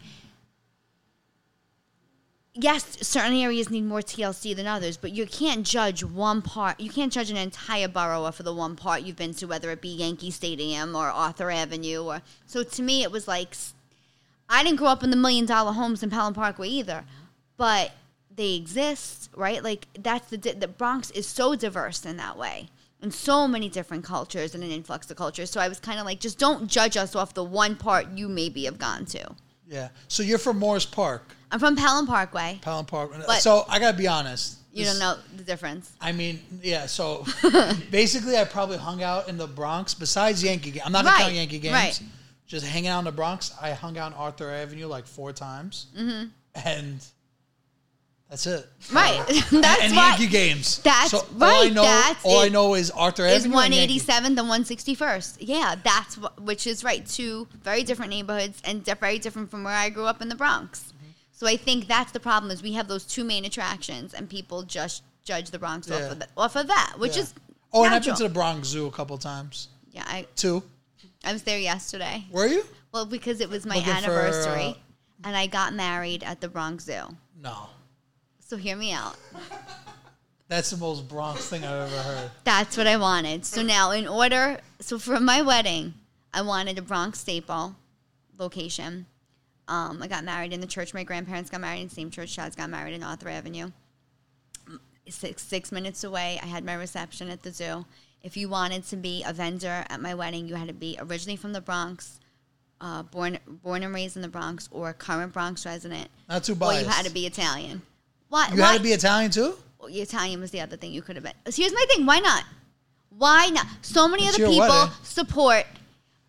A: Yes, certain areas need more TLC than others, but you can't judge one part. You can't judge an entire borough for the one part you've been to, whether it be Yankee Stadium or Arthur Avenue. Or so to me, it was like s- I didn't grow up in the million dollar homes in Pelham Parkway either, but they exist, right? Like that's the di- the Bronx is so diverse in that way, and so many different cultures and an influx of cultures. So I was kind of like, just don't judge us off the one part you maybe have gone to.
D: Yeah. So you're from Morris Park,
A: I'm from Pelham Parkway.
D: Palin Park.
A: But-
D: so I gotta be honest.
A: You
D: This-
A: don't know the difference.
D: I mean, yeah.
A: [LAUGHS]
D: So basically, I probably hung out in the Bronx. Besides Yankee, ga- I'm not gonna
A: Right,
D: count Yankee games.
A: right.
D: Just hanging out in the Bronx. I hung out on Arthur Avenue like four times, mm-hmm. and that's it.
A: Right. [LAUGHS] That's
D: and
A: why
D: Yankee games.
A: That's
D: All I
A: right,
D: know,
A: that's
D: all I
A: it.
D: know is Arthur
A: is
D: Avenue. and Yankee.
A: 187th and 161st. Yeah, that's wh- which is right. Two very different neighborhoods and di- very different from where I grew up in the Bronx. So I think that's the problem is we have those two main attractions and people just judge the Bronx
D: Yeah.
A: off of that, off of that, which
D: Yeah.
A: is
D: Oh, and I've been
A: natural.
D: to the Bronx Zoo a couple times
A: yeah. I,
D: too.
A: I was there yesterday.
D: Were you?
A: Well, because it was my
D: Looking for,
A: anniversary,
D: uh,
A: and I got married at the Bronx Zoo.
D: No.
A: So hear me out.
D: That's the most Bronx thing I've ever heard.
A: That's what I wanted. So now, in order, so for my wedding, I wanted a Bronx staple location. Um, I got married in the church. My grandparents got married in the same church. Chaz got married in Arthur Avenue. six six minutes away. I had my reception at the zoo. If you wanted to be a vendor at my wedding, you had to be originally from the Bronx, uh, born born and raised in the Bronx, or a current Bronx resident.
D: Not too
A: Or you
D: biased.
A: had to be Italian. Why?
D: You had
A: why-
D: to be Italian too?
A: Well, Italian was the other thing you could have been. Here's my thing. Why not? Why not? So many
D: It's
A: other
D: your
A: people
D: wedding.
A: support.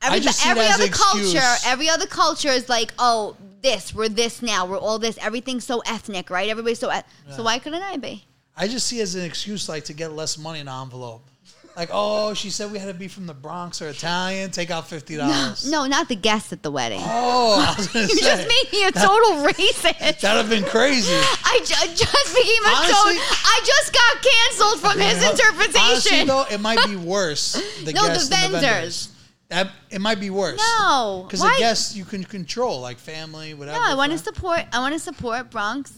A: Every,
D: just see it
A: every
D: as an
A: other culture,
D: excuse.
A: every other culture is like, oh, this, we're this now, we're all this. Everything's so ethnic, right? Everybody's so. Eth- So why couldn't I be?
D: I just see it as an excuse like to get less money in an envelope. Like, oh, she said we had to be from the Bronx or Italian. Take out fifty dollars.
A: [LAUGHS] No, not the guests at the wedding.
D: Oh, I was
A: [LAUGHS]
D: gonna
A: you
D: say,
A: just made
D: [LAUGHS]
A: me a total racist.
D: that'd have been crazy.
A: I ju- just became a
D: Honestly-
A: total. I just got canceled from his
D: [LAUGHS] Honestly, [LAUGHS]
A: interpretation.
D: though, it might be worse.
A: [LAUGHS]
D: The
A: No, the
D: guests than
A: vendors.
D: That it might be worse.
A: No,
D: because the
A: why-
D: guests you can control, like family, whatever.
A: no, I want to
D: friend.
A: support. I want to support Bronx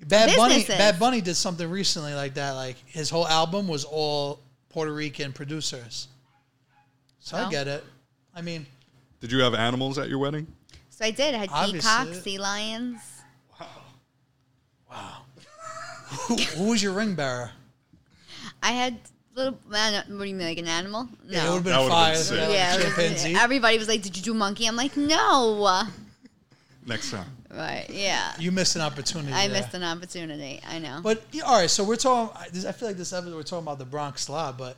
D: Bad Bunny.
A: businesses.
D: Bad Bunny did something recently like that. Like his whole album was all Puerto Rican producers. So I
A: Well.
D: get it. I mean,
E: Did you have animals at your wedding?
A: So I did. I had
D: Obviously.
A: peacocks, sea lions.
D: who, who was your ring bearer?
A: I had little. I don't- What do you mean, like an animal? No.
D: It would have been
E: That would've
D: fire.
E: been sick.
A: Yeah, it was-
D: chimpanzee.
A: everybody was like, "Did you do monkey?" I'm like, "No."
E: Next time.
A: Right? Yeah.
D: you missed an opportunity.
A: I
D: there.
A: missed an opportunity. I know.
D: But yeah, all right, so we're talking. I this- I feel like this episode we're talking about the Bronx law, but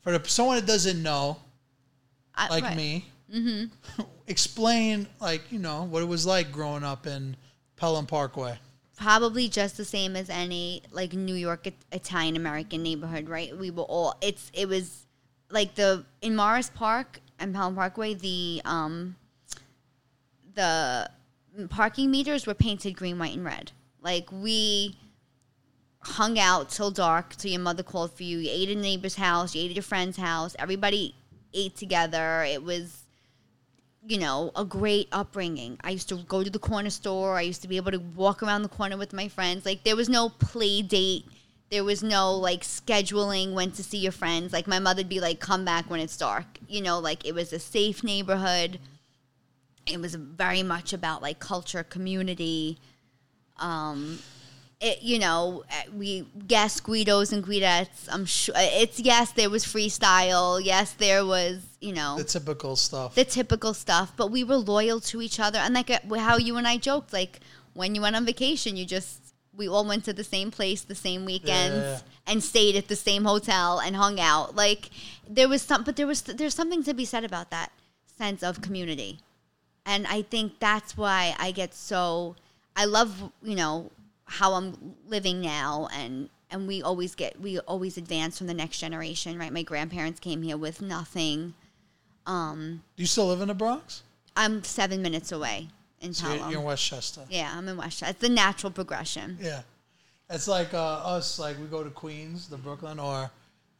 D: for the, someone that doesn't know,
A: I-
D: like
A: right. Mm-hmm.
D: me, [LAUGHS] explain like you know what it was like growing up in Pelham Parkway.
A: probably just the same as any like New York It- Italian American neighborhood, right? We were all it's it was like the in Morris Park and Pelham Parkway, the um the parking meters were painted green, white, and red. Like we hung out till dark till your mother called for you. You ate at a neighbor's house, you ate at your friend's house. Everybody ate together. It was you know, a great upbringing. I used to go to the corner store. I used to be able to walk around the corner with my friends. Like there was no play date. There was no like scheduling when to see your friends. Like my mother'd be like, "Come back when it's dark." You know, like it was a safe neighborhood. It was very much about like culture, community. Um, it, you know, eh, we yes, Guidos and Guidettes. I'm sure it's yes. There was freestyle. Yes, there was you know
D: The typical stuff.
A: the typical stuff, but we were loyal to each other. And like uh, how you and I joked, like when you went on vacation, you just we all went to the same place the same weekends
D: Yeah.
A: and stayed at the same hotel and hung out. Like there was some, but there was there's something to be said about that sense of community, and I think that's why I get so I love you know how I'm living now and. And we always get, we always advance from the next generation, right? My grandparents came here with nothing.
D: Do you still live in the Bronx?
A: I'm seven minutes away in
D: So you're,
A: Pelham.
D: you're in Westchester. Yeah.
A: yeah, I'm in Westchester. It's the natural progression.
D: it's like uh, us. Like we go to Queens, the Brooklyn, or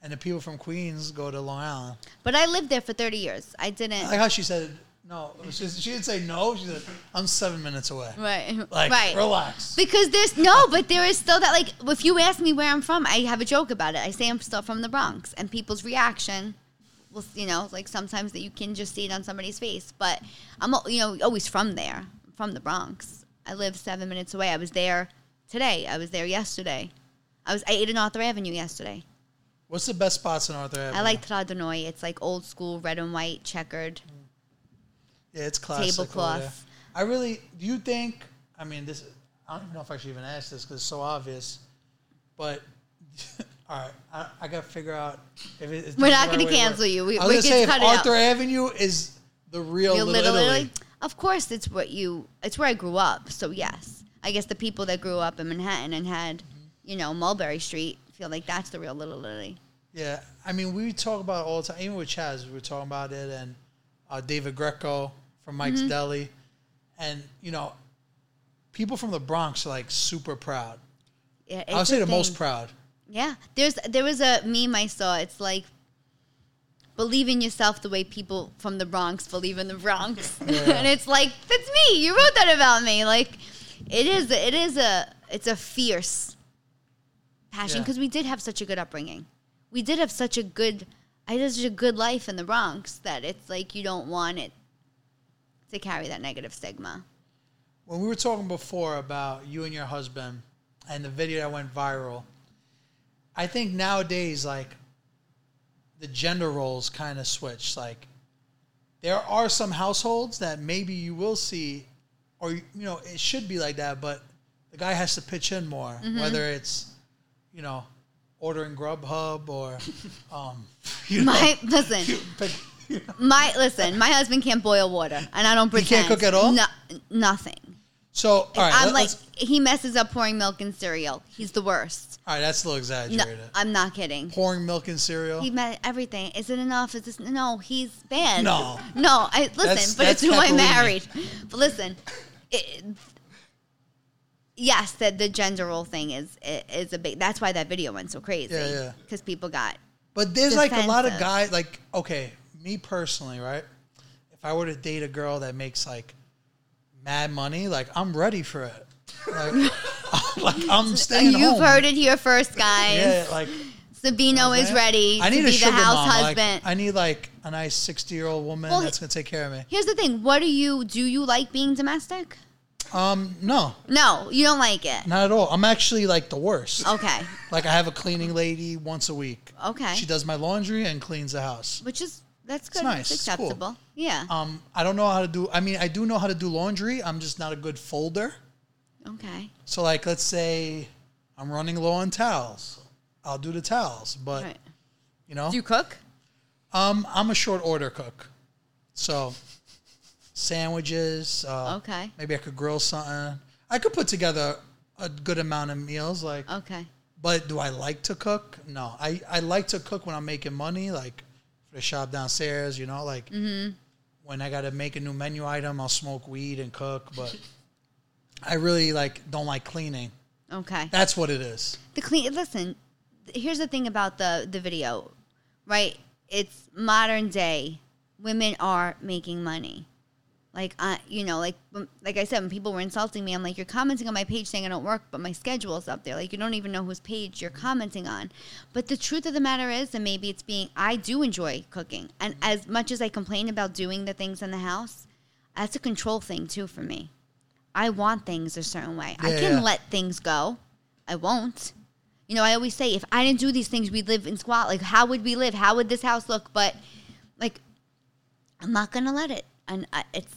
D: and the people from Queens go to Long Island.
A: But I lived there for 30 years. I
D: I
A: didn't.
D: like how she said no. She, she didn't say no. She said I'm seven minutes away.
A: right.
D: [LAUGHS] Like
A: right.
D: relax.
A: Because there's no, but there is still that. Like, if you ask me where I'm from, I have a joke about it. I say I'm still from the Bronx, and people's reaction, well, you know, like sometimes that you can just see it on somebody's face. But I'm, al- you know, always from there, from the Bronx. I live seven minutes away. I was there today. I was there yesterday. I was. I ate in Arthur Avenue yesterday.
D: What's the best spots in Arthur Avenue?
A: I like Tradenoy. It's like old school, red and white, checkered.
D: Yeah, it's classic.
A: Tablecloth.
D: over there. I really. Do you think? I mean, this. I don't even know if I should even ask this because it's so obvious. But [LAUGHS] all right, I, I got to figure out if it, if
A: We're
D: this
A: not
D: is
A: gonna
D: the right way
A: cancel
D: work.
A: you. We-
D: I was
A: we can
D: gonna say
A: cut
D: if
A: it out.
D: Arthur Avenue is the real
A: Your
D: Oh, Little,
A: Little
D: Italy.
A: Italy. Of course, it's what you. It's where I grew up. So yes, I guess the people that grew up in Manhattan and had, you know, Mulberry Street feel like that's the real Little Italy.
D: Yeah, I mean, we talk about it all the time. Even with Chaz, we were talking about it, and uh, David Greco from Mike's Deli, and you know, people from the Bronx are like super proud.
A: Yeah,
D: I would
A: it's
D: say
A: a
D: the most
A: thing.
D: proud.
A: Yeah, there's there was a meme I saw. It's like believe in yourself the way people from the Bronx believe in the Bronx, [LAUGHS] and it's like that's me. You wrote that about me. Like it is. It is a. It's a fierce passion
D: Yeah.
A: because we did have such a good upbringing. We did have such a good. I had such a good life in the Bronx that it's like you don't want it to carry that negative stigma. [LAUGHS]
D: when we were talking before about you and your husband and the video that went viral. I think nowadays, like, the gender roles kind of switch. Like, there are some households that maybe you will see, or, you know, it should be like that, but the guy has to pitch in more,
A: Mm-hmm.
D: whether it's, you know, ordering
A: [LAUGHS]
D: Grubhub or, um, you know,
A: My listen,
D: pick-
A: my listen. My husband can't boil water, and I don't
D: He can't
A: pretend.
D: cook at all?
A: No, nothing.
D: so, all right,
A: I'm
D: let-
A: like
D: let's-
A: he messes up pouring milk in cereal. He's the worst.
D: all right, that's a little
A: No,
D: exaggerated.
A: I'm not kidding.
D: Pouring milk in cereal.
A: He met everything. Is it enough? Is this no? He's bad.
D: No.
A: no. I listen,
D: That's-
A: but
D: that's
A: it's who I
D: capillary.
A: married. But listen, it, yes, that the gender role thing is is a big. That's why that video went so crazy.
D: Yeah, yeah.
A: Because people got
D: But there's like a lot of
A: defensive.
D: guys like okay, me personally, right? If I were to date a girl that makes like mad money, like I'm ready for it. Like, [LAUGHS] like, I'm staying
A: You've
D: home.
A: heard it here first, guys.
D: yeah, like
A: Sabino is ready
D: I
A: to
D: need a
A: be the
D: sugar
A: house
D: mama. Like,
A: husband.
D: I need like a nice sixty year old woman
A: Well,
D: that's gonna take care of me.
A: Here's the thing: What do you do? You like being domestic?
D: Um, no,
A: No, you don't like it.
D: not at all. I'm actually like the worst.
A: Okay,
D: Like I have a cleaning lady once a week.
A: okay,
D: She does my laundry and cleans the house.
A: which is that's good.
D: nice,
A: It's,
D: it's cool.
A: acceptable. Yeah.
D: Um, I don't know how to do. I mean, I do know how to do laundry. I'm just not a good folder.
A: okay.
D: So, like, let's say I'm running low on towels. I'll do the towels, but
A: Right.
D: you know,
A: Do you cook?
D: um, I'm a short order cook. So, sandwiches. Uh,
A: Okay.
D: Maybe I could grill something. I could put together a good amount of meals. Like,
A: Okay.
D: but do I like to cook? No, I, I like to cook when I'm making money, like for the shop downstairs, you know, like
A: Mm-hmm.
D: when I got to make a new menu item, I'll smoke weed and cook, but I really like don't like cleaning.
A: Okay.
D: That's what it is.
A: The clean. Listen, th- here's the thing about the the video, right? It's modern day. Women are making money. Like I, you know, like when- like I said, when people were insulting me, I'm like, you're commenting on my page saying I don't work, but my schedule's up there. Like you don't even know whose page you're commenting on. But the truth of the matter is, and maybe it's being, I do enjoy cooking, and as much as I complain about doing the things in the house, that's a control thing too for me. I want things a certain way. I
D: Yeah,
A: can
D: yeah.
A: let things go. I won't. You know, I always say if I didn't do these things, we'd live in squat. Like, how would we live? How would this house look? But like, I'm not gonna let it. And I, it's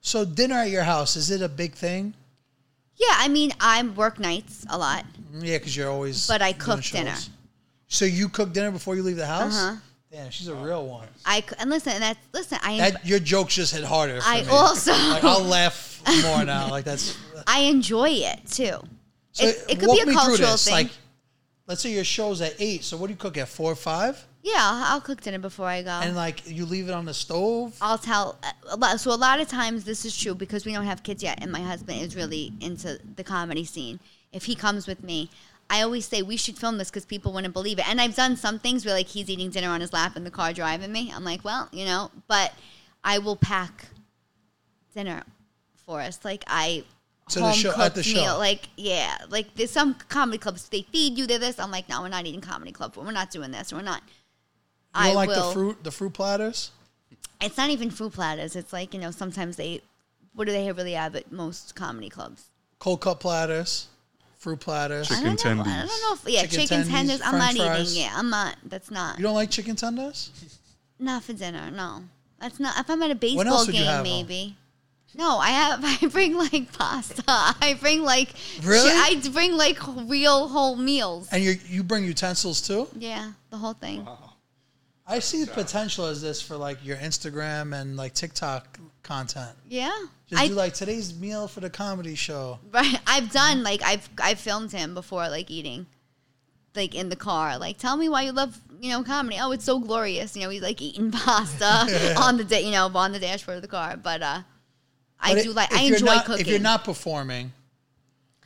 D: So dinner at your house, is it a big thing?
A: yeah. I mean, I work nights a lot.
D: Yeah, because you're always.
A: But I
D: doing
A: cook
D: shows.
A: dinner.
D: So you cook dinner before you leave the house?
A: Uh-huh.
D: Damn, she's a real one.
A: I c- and listen. And that's listen. I
D: That your jokes just hit harder. For
A: I
D: me.
A: also
D: [LAUGHS] like I'll laugh more now. Like that's
A: I enjoy it too.
D: So
A: it, it could
D: walk
A: be a
D: me through
A: cultural
D: this,
A: thing.
D: Like, let's say your show's at eight. So what do you cook at four or five?
A: yeah, I'll, I'll cook dinner before I go.
D: And like you leave it on the stove.
A: I'll tell uh, a lot. So a lot of times this is true because we don't have kids yet, and my husband is really into the comedy scene. If he comes with me, I always say we should film this because people wouldn't believe it. And I've done some things where like he's eating dinner on his lap in the car driving me. I'm like, well, you know, but I will pack dinner for us. Like I.
D: To the show- at the
A: home-cooked
D: show.
A: meal, like yeah, like there's some comedy clubs they feed you. They're this. I'm like, no, we're not eating comedy club. We're not doing this. We're not.
D: You don't
A: I
D: like
A: will
D: the fruit, the fruit platters.
A: it's not even food platters. It's like you know sometimes they what do they really have at most comedy clubs?
D: Cold cut platters, fruit platters.
A: I
E: Chicken.
A: don't know. I
E: tendies.
A: don't know if yeah,
D: Chicken
A: chicken,
D: tendies,
A: tenders. I'm
D: french
A: not
D: fries.
A: eating. Yeah, I'm not. That's not
D: You don't like chicken tenders?
A: not for dinner. No, that's not. If I'm at a baseball
D: else would you have
A: game,
D: on?
A: maybe. No, I have. [LAUGHS] I bring like pasta. I bring like
D: Really?
A: shit. I bring like real whole meals.
D: And you you bring utensils too.
A: yeah, the whole thing.
D: I see the potential as this for like your Instagram and like TikTok content.
A: Yeah,
D: Just
A: I
D: do like today's meal for the comedy show.
A: Right. [LAUGHS] I've done like I've I've filmed him before like eating. Like in the car. Like tell me why you love, you know, comedy. Oh, it's so glorious. You know, he's like eating [LAUGHS]
D: [LAUGHS]
A: pasta on the da- you know, on the dashboard of the car. But uh I
D: But
A: do
D: it-
A: like
D: if
A: I
D: you're
A: enjoy
D: not-
A: cooking.
D: If you're not performing,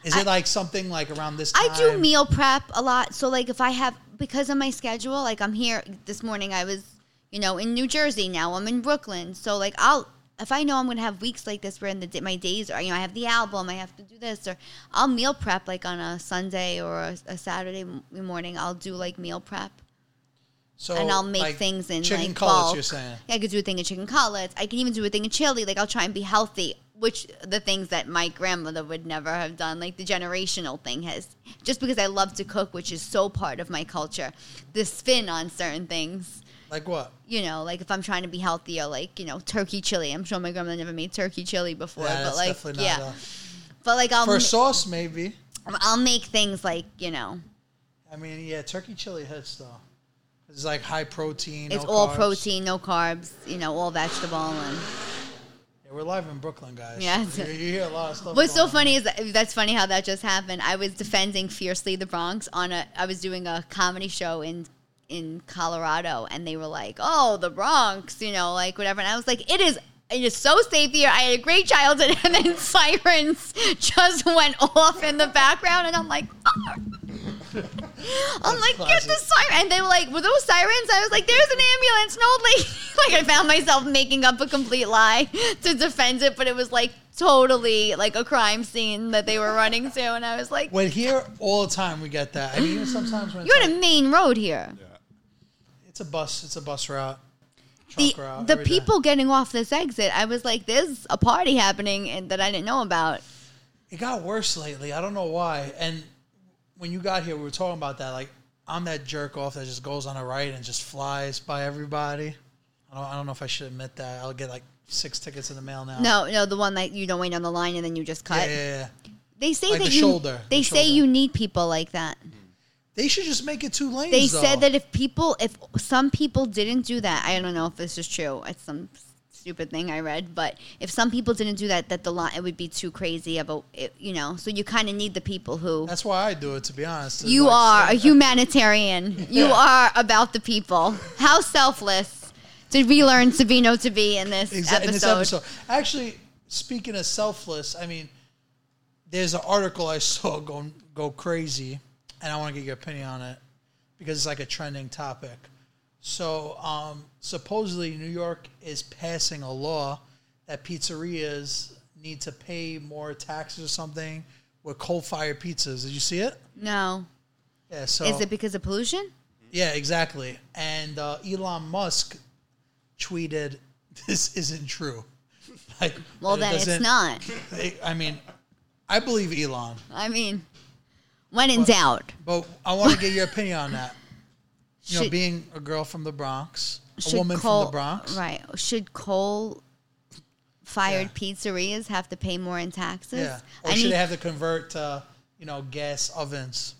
D: is
A: I-
D: it like something like around this time?
A: I do meal prep a lot. So like if I have because of my schedule, like I'm here this morning I was, you know, in New Jersey now. I'm in Brooklyn. So like I'll if I know I'm going to have weeks like this where in the day, my days are, you know, I have the album, I have to do this or I'll meal prep like on a Sunday or a, a Saturday m- morning. I'll do like meal prep
D: So
A: and I'll make
D: like,
A: things in
D: chicken
A: like
D: cutlets.
A: bulk.
D: You're saying
A: Yeah, I could do a thing of chicken cutlets. I can even do a thing of chili. Like I'll try and be healthy which the things that my grandmother would never have done, like the generational thing has just because I love to cook, which is so part of my culture, the spin on certain things.
D: Like what?
A: You know, like if I'm trying to be healthier, like, you know, turkey chili. I'm sure my grandmother never made turkey chili before,
D: Yeah,
A: but
D: that's
A: like,
D: definitely
A: yeah. Um,
D: not
A: but like, I'll,
D: a, for
A: ma-
D: sauce maybe.
A: I'll make things like, you know,
D: I mean, yeah, turkey chili hits though. It's like high protein.
A: it's
D: no
A: all
D: carbs.
A: protein, no carbs, you know, all vegetable. And
D: Yeah, we're live in Brooklyn, guys.
A: Yeah.
D: [LAUGHS] you, you hear a lot of stuff.
A: what's so
D: going on.
A: funny is that, that's funny how that just happened. I was defending fiercely the Bronx on a. I was doing a comedy show in in Colorado, and they were like, "Oh, the Bronx," you know, like whatever. And I was like, "It is." It is so safe here. I had a great childhood, [LAUGHS] and then sirens just went off in the background, and I'm like, "Oh." I'm like, get the
D: classic.
A: siren. And they were like, were those sirens? I was like, there's an ambulance, no lady. [LAUGHS] like, I found myself making up a complete lie [LAUGHS] to defend it, but it was like totally like a crime scene that they were running to. And I was like,
D: When here all the time we get that. I mean, even sometimes when it's,
A: you're
D: like,
A: on a main road here.
E: Yeah.
D: it's a bus, it's a bus route, truck
A: The,
D: route.
A: the
D: every day.
A: people getting off this exit, I was like, there's a party happening and that I didn't know about.
D: Uh-huh. It got worse lately. I don't know why. And when you got here, we were talking about that. Like, I'm that jerk off that just goes on a right and just flies by everybody. I don't, I don't know if I should admit that. I'll get like six tickets in the mail now.
A: No, no, the one that you don't wait on the line and then you just cut.
D: Yeah, yeah, yeah.
A: They say
D: Like
A: that
D: the
A: you,
D: shoulder,
A: They
D: the
A: say
D: shoulder.
A: you need people like that.
D: They should just make it two lanes.
A: They
D: though.
A: said that if people, if some people didn't do that, I don't know if this is true. It's some stupid thing I read, but if some people didn't do that, that the line it would be too crazy of a, it, you know. So you kind of need the people who
D: That's why I do it, to be honest. It's
A: you
D: like,
A: are a
D: say- [LAUGHS]
A: humanitarian. You
D: Yeah.
A: are about the people. How selfless did we learn Savino to be in this,
D: Exa-
A: episode?
D: in this episode. Actually, speaking of selfless, I mean, there's an article I saw go go crazy, and I want to get your opinion on it because it's like a trending topic. So, um, supposedly, New York is passing a law that pizzerias need to pay more taxes or something with coal-fired pizzas. Did you see it?
A: No,
D: Yeah. So
A: is it because of pollution?
D: yeah, exactly. And uh, Elon Musk tweeted, [LAUGHS] "This isn't true." [LAUGHS] Like,
A: Well,
D: that
A: then
D: it
A: it's
D: doesn't-
A: not.
D: I- I mean, I believe Elon,
A: I mean, when in doubt,
D: but I want to get your opinion on that. You know,
A: Should-
D: being a girl from the Bronx, a
A: should
D: woman
A: coal-
D: from the Bronx,
A: Right. Should coal fired pizzerias have to pay more in taxes?
D: Yeah, or
A: I,
D: should
A: need,
D: they have to convert to you know gas ovens?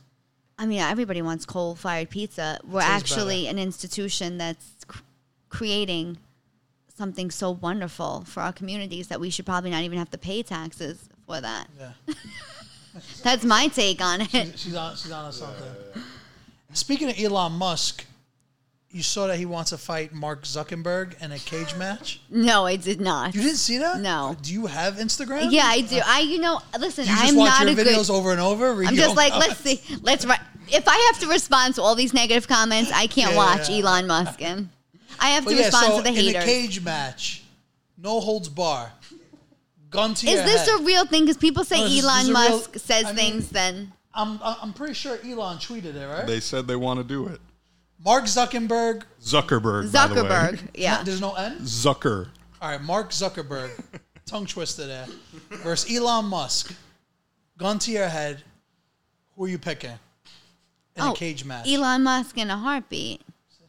A: I mean, everybody wants coal fired pizza. We're
D: Tastes
A: actually an institution that's c- creating something so wonderful for our communities that we should probably not even have to pay taxes for that.
D: Yeah.
A: [LAUGHS] That's my take on it.
D: She's on. She's on to something. Speaking of Elon Musk, you saw that he wants to fight Mark Zuckerberg in a cage match.
A: No, I did not.
D: You didn't see that?
A: No.
D: Do you have Instagram?
A: Yeah, I do. I, you know, listen,
D: You just
A: I'm
D: watch
A: not
D: your
A: a good
D: videos over and over. read
A: I'm
D: your
A: just
D: own
A: like,
D: comments?
A: let's see, let's. Ri- if I have to respond to all these negative comments, I can't
D: Yeah.
A: watch Elon Musk, and I have to
D: But yeah,
A: respond
D: so
A: to the
D: in a
A: haters.
D: cage match, no holds bar, gun to
A: Is
D: your
A: this
D: head.
A: a real thing? Because people say
D: No, this is- this
A: Elon
D: is a real-
A: Musk says
D: I mean-
A: things. Then
D: I'm I'm pretty sure Elon tweeted it, right?
E: They said they want to do it.
D: Mark Zuckerberg.
E: Zuckerberg. by the way.
A: Zuckerberg, yeah,
D: There's no N.
E: Zucker.
D: All right, Mark Zuckerberg, tongue twister there, versus Elon Musk. Gun to your head. Who are you picking in
A: Oh,
D: a cage match?
A: Elon Musk in a heartbeat.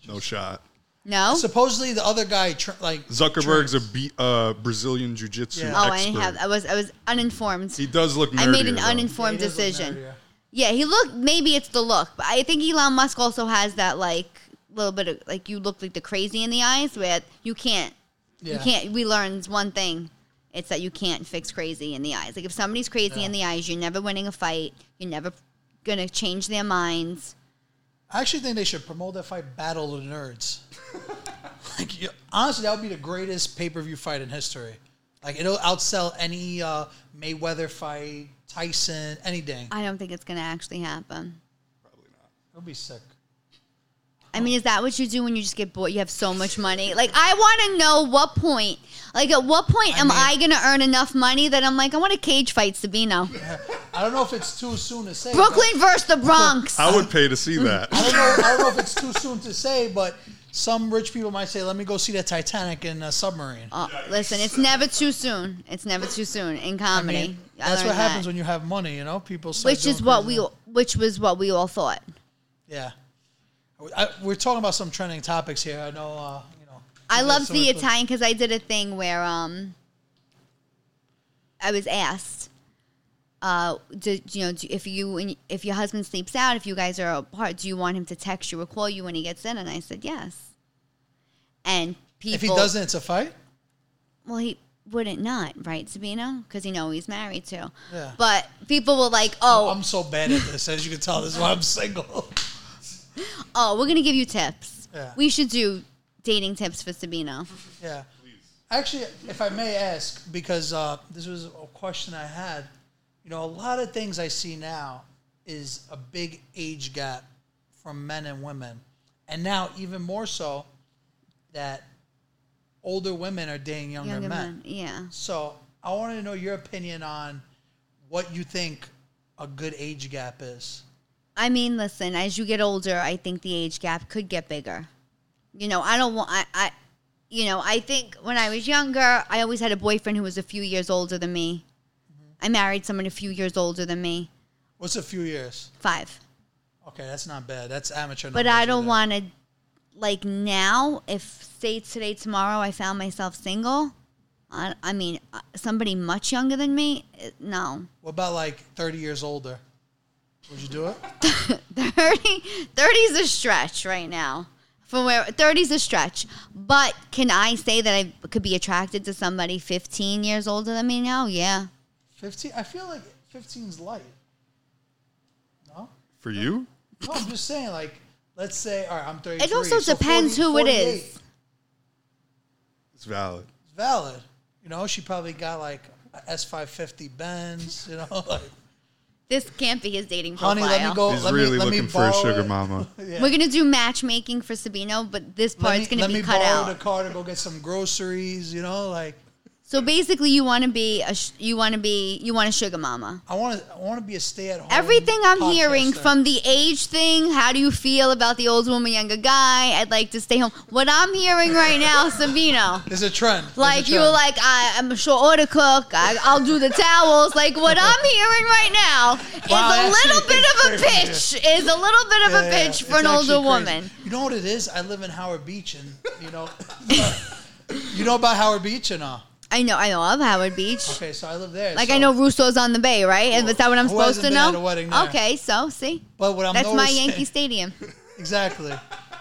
E: No shot.
A: No,
D: Supposedly the other guy, tr- like
E: Zuckerberg's
D: trains.
E: a be- uh, Brazilian jiu-jitsu
D: Yeah.
A: oh,
E: expert.
A: I didn't have. I was I was uninformed.
E: he does look nerdy.
A: I made an
D: Yeah, he
A: uninformed
D: does look
A: decision.
D: nerdier.
A: Yeah, he looked. Maybe it's the look, but I think Elon Musk also has that like little bit of like you look like the crazy in the eyes where you can't
D: Yeah.
A: You can't. We learned one thing. It's that you can't fix crazy in the eyes. Like if somebody's crazy in the eyes, you're never winning a fight. You're never gonna change their minds.
D: I actually think they should promote that fight, Battle of the
A: [LAUGHS]
D: Nerds. like, you- honestly, that would be the greatest pay per view fight in history. Like, it'll outsell any uh, Mayweather fight, Tyson, anything.
A: I don't think it's gonna actually happen.
D: It'll be sick.
A: I mean, is that what you do when you just get bored? You have so much money. Like I want to know what point. Like at what point am
D: mean-
A: I gonna earn enough money that I'm like I want a cage fight, Sabino.
D: I don't know if it's too soon to say. but-
A: Brooklyn versus the Bronx. [LAUGHS]
E: I would pay to see that.
D: I don't know. I don't know if it's too soon to say, but Some rich people might say, "Let me go see the Titanic in a submarine."
A: Oh, listen, it's never too soon. It's never too soon in comedy.
D: I mean, that's what happens when you have money, you know. People, start
A: which is
D: doing
A: what
D: crazy
A: we, which was what we all thought.
D: Yeah, I, we're talking about some trending topics here. I know. Uh, you know.
A: I
D: you
A: loved
D: guys
A: the
D: sort of-
A: Italian because I did a thing where um, I was asked, uh, do, you know, do, if you and if your husband sleeps out, if you guys are apart, do you want him to text you or call you when he gets in? And I said yes. And people,
D: If he doesn't, it's a fight.
A: well, he wouldn't not right, Sabino, because you know he's married too.
D: Yeah.
A: But people were like, oh,
D: I'm so bad at this, as you can tell. This is why I'm single.
A: oh, we're gonna give you tips.
D: Yeah.
A: We should do dating tips for Sabino.
D: Yeah. Actually, if I may ask, because uh, this was a question I had, you know, a lot of things I see now is a big age gap from men and women. And now, even more so, that older women are dating younger,
A: Younger
D: men.
A: men, yeah.
D: So I want to know your opinion on what you think a good age gap is.
A: I mean, listen, as you get older, I think the age gap could get bigger. You know, I don't want, I, I, you know, I think when I was younger, I always had a boyfriend who was a few years older than me. I married someone a few years older than me,
D: What's a few years?
A: five.
D: Okay, that's not bad. That's amateur.
A: But
D: numbers
A: I
D: right
A: don't
D: there.
A: want to, like now, if say today, tomorrow, I found myself single, I, I mean, uh, somebody much younger than me, eh, no.
D: What about like 30 years older? Would you do it?
A: 30 30's a stretch right now from where 30's a stretch but can i say that i could be attracted to somebody 15 years older than me now yeah
D: 15 i feel like 15's light no
E: For you?
D: no i'm just saying like let's say all right i'm 33
A: also
D: so
A: depends who it
D: 48
A: is.
E: It's valid.
D: is valid you know she probably got like a s550 benz you know [LAUGHS] like
A: this can't be his dating profile
D: honey let me go
E: He's
D: let
E: really
D: me, let
E: looking
D: me
E: for a
D: borrow
E: sugar
D: it. [LAUGHS]
E: mama.
A: we're gonna do matchmaking for sabino but this
D: let
A: part's
D: me,
A: gonna
D: let
A: be
D: me
A: cut
D: borrow
A: out
D: the car to go get some groceries you know like
A: so basically you want to be a sh- you want to be you want a sugar mama
D: i want to i want to be a stay-at-home
A: Everything I'm hearing
D: Um, podcaster.
A: from the age thing, how do you feel about the old woman, younger guy? I'd like to stay home. What I'm hearing right now, Sabino,
D: there's a trend There's a
A: Like you were
D: trend.
A: like, I, I'm a short order cook. I, I'll do the towels. Like
D: [LAUGHS]
A: what I'm hearing right now is
D: Wow,
A: a
D: that's
A: little
D: actually
A: bit of a
D: crazy.
A: pitch. Is a little bit of
D: Yeah,
A: a
D: yeah,
A: pitch
D: it's
A: for an older
D: actually crazy.
A: woman.
D: You know what it is? I live in Howard Beach, and you know, [LAUGHS] you know about Howard Beach or not?
A: I know. I love Howard Beach.
D: Okay, so I live there.
A: Like
D: so-
A: I know Russo's on the bay, right? And is that what I'm
D: Who
A: supposed
D: hasn't
A: to
D: been at
A: know?
D: a wedding there?
A: Okay, so see,
D: but what I'm
A: that's my
D: [LAUGHS] noticing-
A: Yankee Stadium.
D: exactly.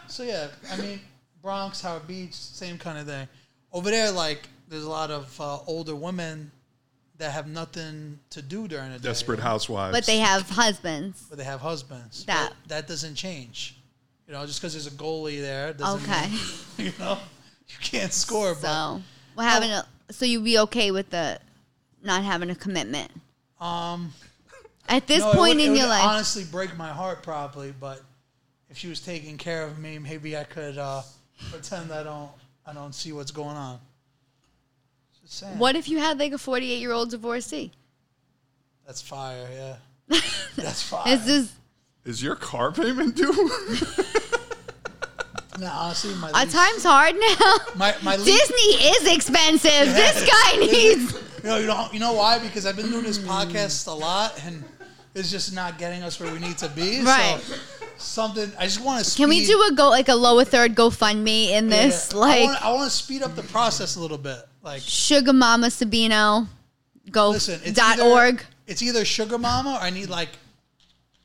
D: So yeah, I mean Bronx, Howard Beach, same kind of thing. Over there, like there's a lot of uh, older women that have nothing to do during the day,
E: Desperate housewives.
A: But they have husbands.
D: but they have husbands.
A: That-
D: But that doesn't change. You know, just because there's a goalie there, doesn't
A: Okay,
D: mean, [LAUGHS] you know, you can't score. But
A: so what having a so you'd be okay with the not having a commitment
D: um.
A: at this
D: No, it
A: point
D: would- it
A: in
D: would
A: your life?
D: Honestly, break my heart probably, but if she was taking care of me, maybe I could uh, pretend I don't I don't see what's going on. Just saying.
A: [LAUGHS] what if you had like a 48 year old divorcee?
D: That's fire. Yeah.
A: [LAUGHS]
D: That's fire.
A: This is
E: Is your car payment due? [LAUGHS]
D: no, honestly, my
A: Our
D: lease,
A: time's hard now.
D: [LAUGHS] my
A: [LAUGHS]
D: my lease.
A: Disney is expensive. This
D: [LAUGHS]
A: guy needs.
D: You know, you know you know why? Because I've been doing this podcast a lot, and it's just not getting us where we need to be.
A: Right.
D: So something I just want to.
A: Can we do a go like a lower third GoFundMe in this? Like
D: I want to speed up the process a little bit. Like
A: Sugar Mama Sabino go
D: Listen, it's
A: dot
D: either,
A: org.
D: It's either Sugar Mama or I need like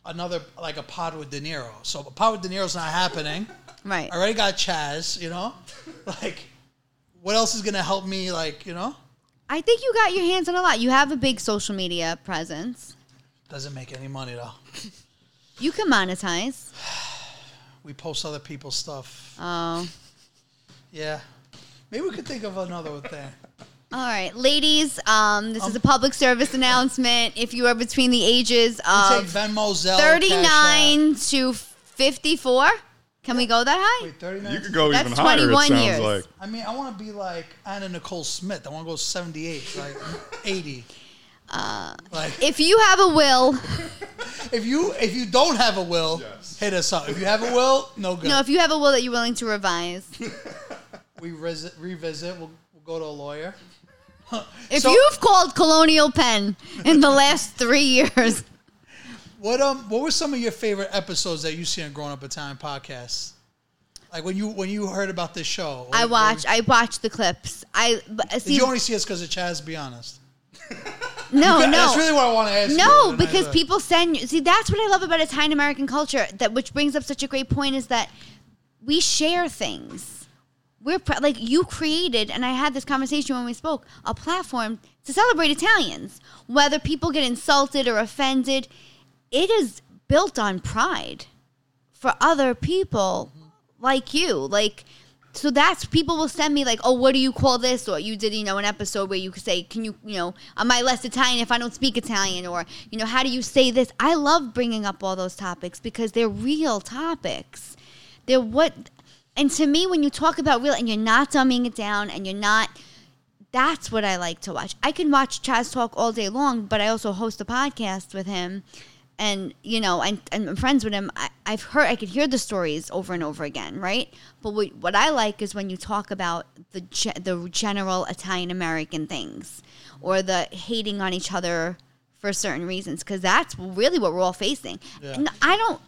D: another like a pod with De Niro. So a pod with De Niro's not happening.
A: Right.
D: I already got Chaz, you know? [LAUGHS] Like what else is gonna help me like, you know?
A: I think you got your hands on a lot. You have a big social media presence.
D: Doesn't make any money though.
A: You can monetize.
D: We post other people's stuff.
A: Oh.
D: Yeah. Maybe we could think of another thing.
A: All right, ladies, um, this is a public service announcement. If you are between the ages
D: Take
A: of
D: Venmo, Zelle, Cash App.
A: 39 to 54, can we go that high?
D: Wait, 39?
E: You could go
A: That's
E: even higher, it
A: 21
E: sounds
A: years.
E: like.
A: [LAUGHS]
D: I mean, I want to be like Anna Nicole Smith. I want to go 78, like 80.
A: Uh,
D: Like
A: If you have a will,
D: if you if you don't have a will,
E: Yes.
D: hit us up. If you have a will, no good.
A: no, if you have a will that you're willing to revise,
D: we res- revisit. We'll, we'll go to a lawyer.
A: if
D: So-
A: you've called Colonial Penn in the last three
D: [LAUGHS]
A: years,
D: What um what were some of your favorite episodes that you see on Grown Up Italian podcasts? Like when you when you heard about this show,
A: I
D: like,
A: watch. I watch the clips. I but, uh,
D: Did
A: see.
D: you only see us because of Chaz? Be honest.
A: no, Oh, no.
D: That's really what I want to ask. you,
A: No,
D: and I-
A: because people send you. See, that's what I love about Italian American culture. That which brings up such a great point is that we share things. We're pr- like you created, and I had this conversation when we spoke a platform to celebrate Italians. Whether people get insulted or offended, it is built on pride for other people like you. Like, so that's people will send me like, oh, what do you call this? Or you did, you know, an episode where you could say, can you, you know, am I less Italian if I don't speak Italian? Or, you know, how do you say this? I love bringing up all those topics because they're real topics. They're what, and to me, when you talk about real and you're not dumbing it down and you're not, that's what I like to watch. I can watch Chaz talk all day long, but I also host a podcast with him. And, you know, and, and I'm friends with him. I, I've heard, I could hear the stories over and over again, right? But what, what I like is when you talk about the, ge- the general Italian American things or the hating on each other for certain reasons, because that's really what we're all facing. And I don't,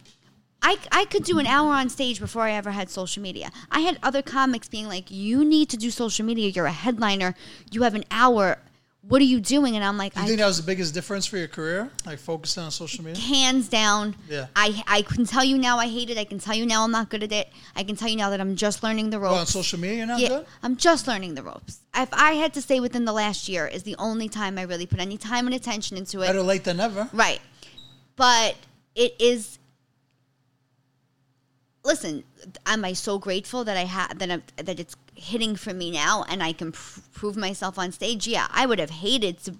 A: I, I could do an hour on stage before I ever had social media. I had other comics being like, you need to do social media. You're a headliner. You have an hour. What are you doing? And I'm like,
D: you
A: I,
D: think that was the biggest difference for your career, like focusing on social media.
A: hands down,
D: Yeah.
A: I, I can tell you now I hate it. I can tell you now I'm not good at it. I can tell you now that I'm just learning the
D: Oh, on
A: ropes.
D: social media, you're not
A: yeah,
D: good.
A: I'm just learning the ropes. If I had to say within the last year is the only time I really put any time and attention into it.
D: Better late than never.
A: Right. But it is. Listen, am I so grateful that I have that I'm, that it's hitting for me now, and I can pr- prove myself on stage? Yeah, I would have hated to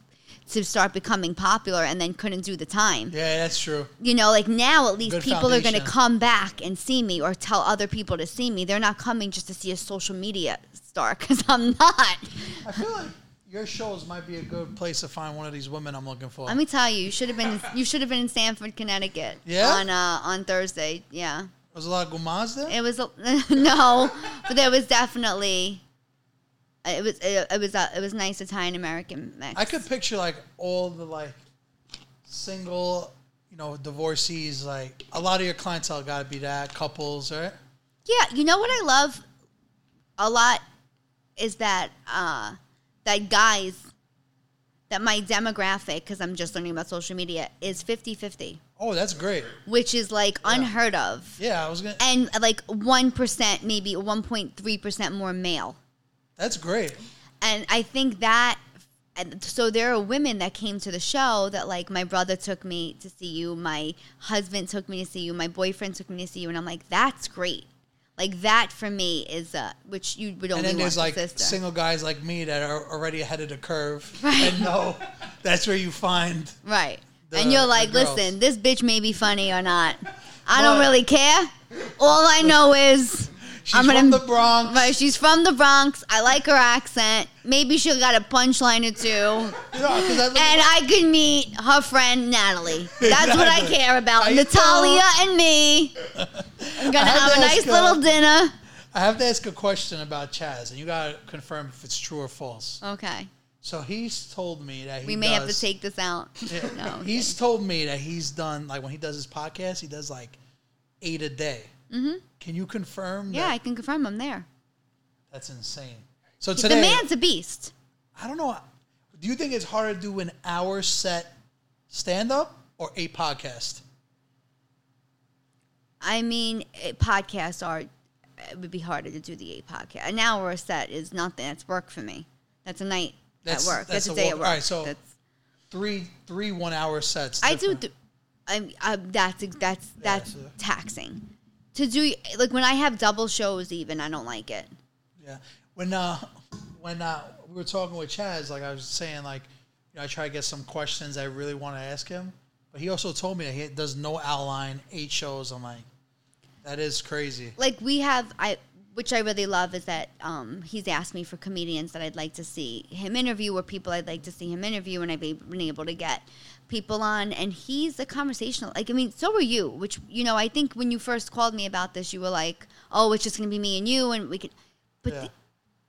A: to start becoming popular and then couldn't do the time.
D: Yeah, that's true.
A: You know, like now at least
D: Good
A: people are going to
D: foundation.
A: come back and see me or tell other people to see me. They're not coming just to see a social media star [LAUGHS] because I'm not.
D: I feel like your shows might be a good place to find one of these women I'm looking for.
A: Let me tell you, you should have been you should have been in Stanford, Connecticut
D: Yeah?
A: on uh, on Thursday. Yeah.
D: was a lot of Gumaz there.
A: It was a, [LAUGHS] no, but there was definitely uh, it was it, it was a, it was nice Italian American mix.
D: I could picture like all the like single, you know, divorcees. Like a lot of your clientele got to be that couples, right?
A: yeah, you know what I love a lot is that uh that guys that my demographic cuz I'm just learning about social media is 50-50,
D: Oh, that's great.
A: which is like unheard of.
D: Yeah, I was gonna.
A: And like 1% maybe 1.3% more male.
D: That's great.
A: and I think that and so there are women that came to the show that like my brother took me to see you, my husband took me to see you, my boyfriend took me to see you, and I'm like, that's great. Like that for me is uh, which you would only
D: And then
A: want
D: there's
A: a
D: like
A: sister.
D: single guys like me that are already ahead of the curve and know that's where you find.
A: Right.
D: The-
A: and you're
D: the
A: like,
D: girls.
A: listen, this bitch may be funny or not. I don't
D: But-
A: really care. All I know is
D: She's
A: I'm gonna-
D: from the Bronx.
A: right, she's from the Bronx. I like her accent. Maybe she'll got a punchline or two.
D: You know, 'cause I look-
A: And I could meet her friend
D: [LAUGHS]
A: Natalie. That's what I
D: Exactly.
A: care about.
D: How you
A: Natalia and
D: [LAUGHS]
A: me. I'm gonna
D: I had
A: have a
D: to
A: nice
D: ask, uh,
A: little dinner.
D: I have to ask a question about Chaz, and you gotta confirm if it's true or false.
A: Okay.
D: So he's told me that he
A: We may have to
D: does-
A: take this
D: [LAUGHS]
A: out. No.
D: He's told me that he's done like when he does his podcast, he does like eight a day. Mm-hmm. Can you confirm?
A: Yeah,
D: that-
A: I can confirm I'm there.
D: that's insane. So
A: the
D: today,
A: man's a beast.
D: I don't know. Do you think it's harder to do an hour set stand up or a podcast?
A: I mean, eh, podcasts are it would be harder to do the eight podcast. An hour set is nothing. That's work for me. That's a night
D: That's-
A: at work. That's,
D: that's
A: a
D: a
A: day
D: work-
A: at work.
D: all right, so-
A: That's-
D: Three three one hour sets.
A: I do.
D: different.
A: Th- I'm, i uh, that's that's that's
D: so-
A: taxing. To do like when I have double shows, even I don't like it.
D: Yeah. When uh when uh we were talking with Chaz, like I was saying, like you know, I try to get some questions I really want to ask him, but he also told me that he does no outline, eight shows. I'm like, that is crazy.
A: Like we have, I which I really love is that um, he's asked me for comedians that I'd like to see him interview or people I'd like to see him interview, and I've been been able to get people on. And he's a conversational. Like, I mean, so are you, which, you know, I think when you first called me about this, you were like, oh, it's just going to be me and you, and we can. But
D: Yeah.
A: th-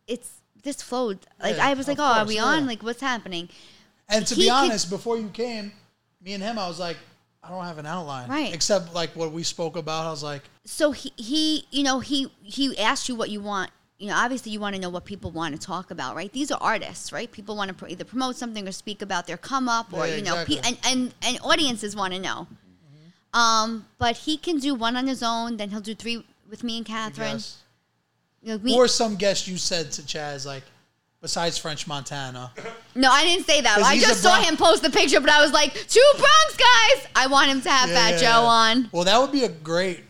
A: it's this flowed. Like,
D: Yeah,
A: I was like,
D: of
A: oh, are
D: course,
A: we
D: yeah.
A: on? Like, what's happening?
D: And to
A: He
D: be
A: could-
D: honest, before you came, me and him, I was like, I don't have an outline,
A: Right.
D: Except like what we spoke about. I was like,
A: so he, he you know he he asked you what you want you know obviously you want to know what people want to talk about right these are artists right people want to pr- either promote something or speak about their come up or
D: Yeah,
A: you know pe-
D: exactly. Mm-hmm.
A: and, and and audiences want to know um but he can do one on his own then he'll do three with me and catherine
D: yes.
A: You know, me-
D: or some guest you said to Chaz, like, besides French Montana,
A: no i didn't say that
D: 'Cause
A: i
D: he's a
A: just saw
D: Bronx-
A: him post the picture but i was like two bronx guys i want him to have [LAUGHS]
D: Yeah,
A: fat
D: yeah,
A: joe
D: yeah.
A: on
D: Well, that would be a great,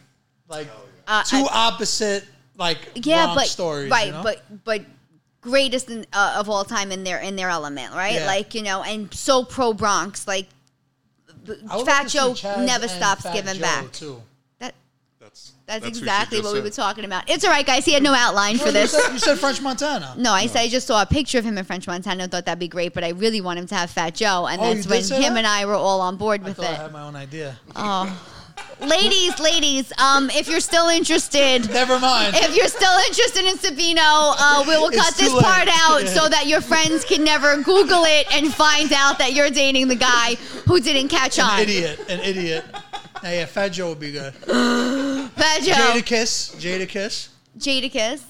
D: like,
A: Uh,
D: two
A: I-
D: opposite, like,
A: yeah,
D: Bronx
A: but
D: stories,
A: right,
D: you know?
A: but but greatest in, uh, of all time in their in their element, right?
D: Yeah.
A: Like you know, and so pro Bronx, like b-
D: I would
A: Fat
D: like to see
A: Joe
D: Chaz
A: never
D: and
A: stops
D: Fat
A: giving
D: Joe,
A: back.
D: too.
A: That
E: That's
A: that's,
E: who she
A: exactly
E: just
A: what we
E: said.
A: were talking about. It's all right, guys. He had no outline for
D: You
A: this.
D: said, you said French Montana.
A: [LAUGHS] No, I said I just saw a picture of him in French Montana. and Thought that'd be great, but I really want him to have Fat Joe, and
D: Oh, you
A: that's
D: did
A: when
D: say
A: him
D: that?
A: and I were all on board
D: I
A: with
D: thought I
A: it.
D: had my own idea.
A: [LAUGHS] ladies, ladies, um, if you're still
D: [LAUGHS]
A: interested,
D: Never mind.
A: if you're still interested in Sabino, uh, we will
D: It's
A: cut this
D: too late.
A: part out so that your friends can never Google it and find out that you're dating the guy who didn't catch on.
D: An idiot. An idiot. Now, yeah, Fat Joe would be good.
A: Vejo.
D: Jadakiss. Jadakiss.
A: Jadakiss.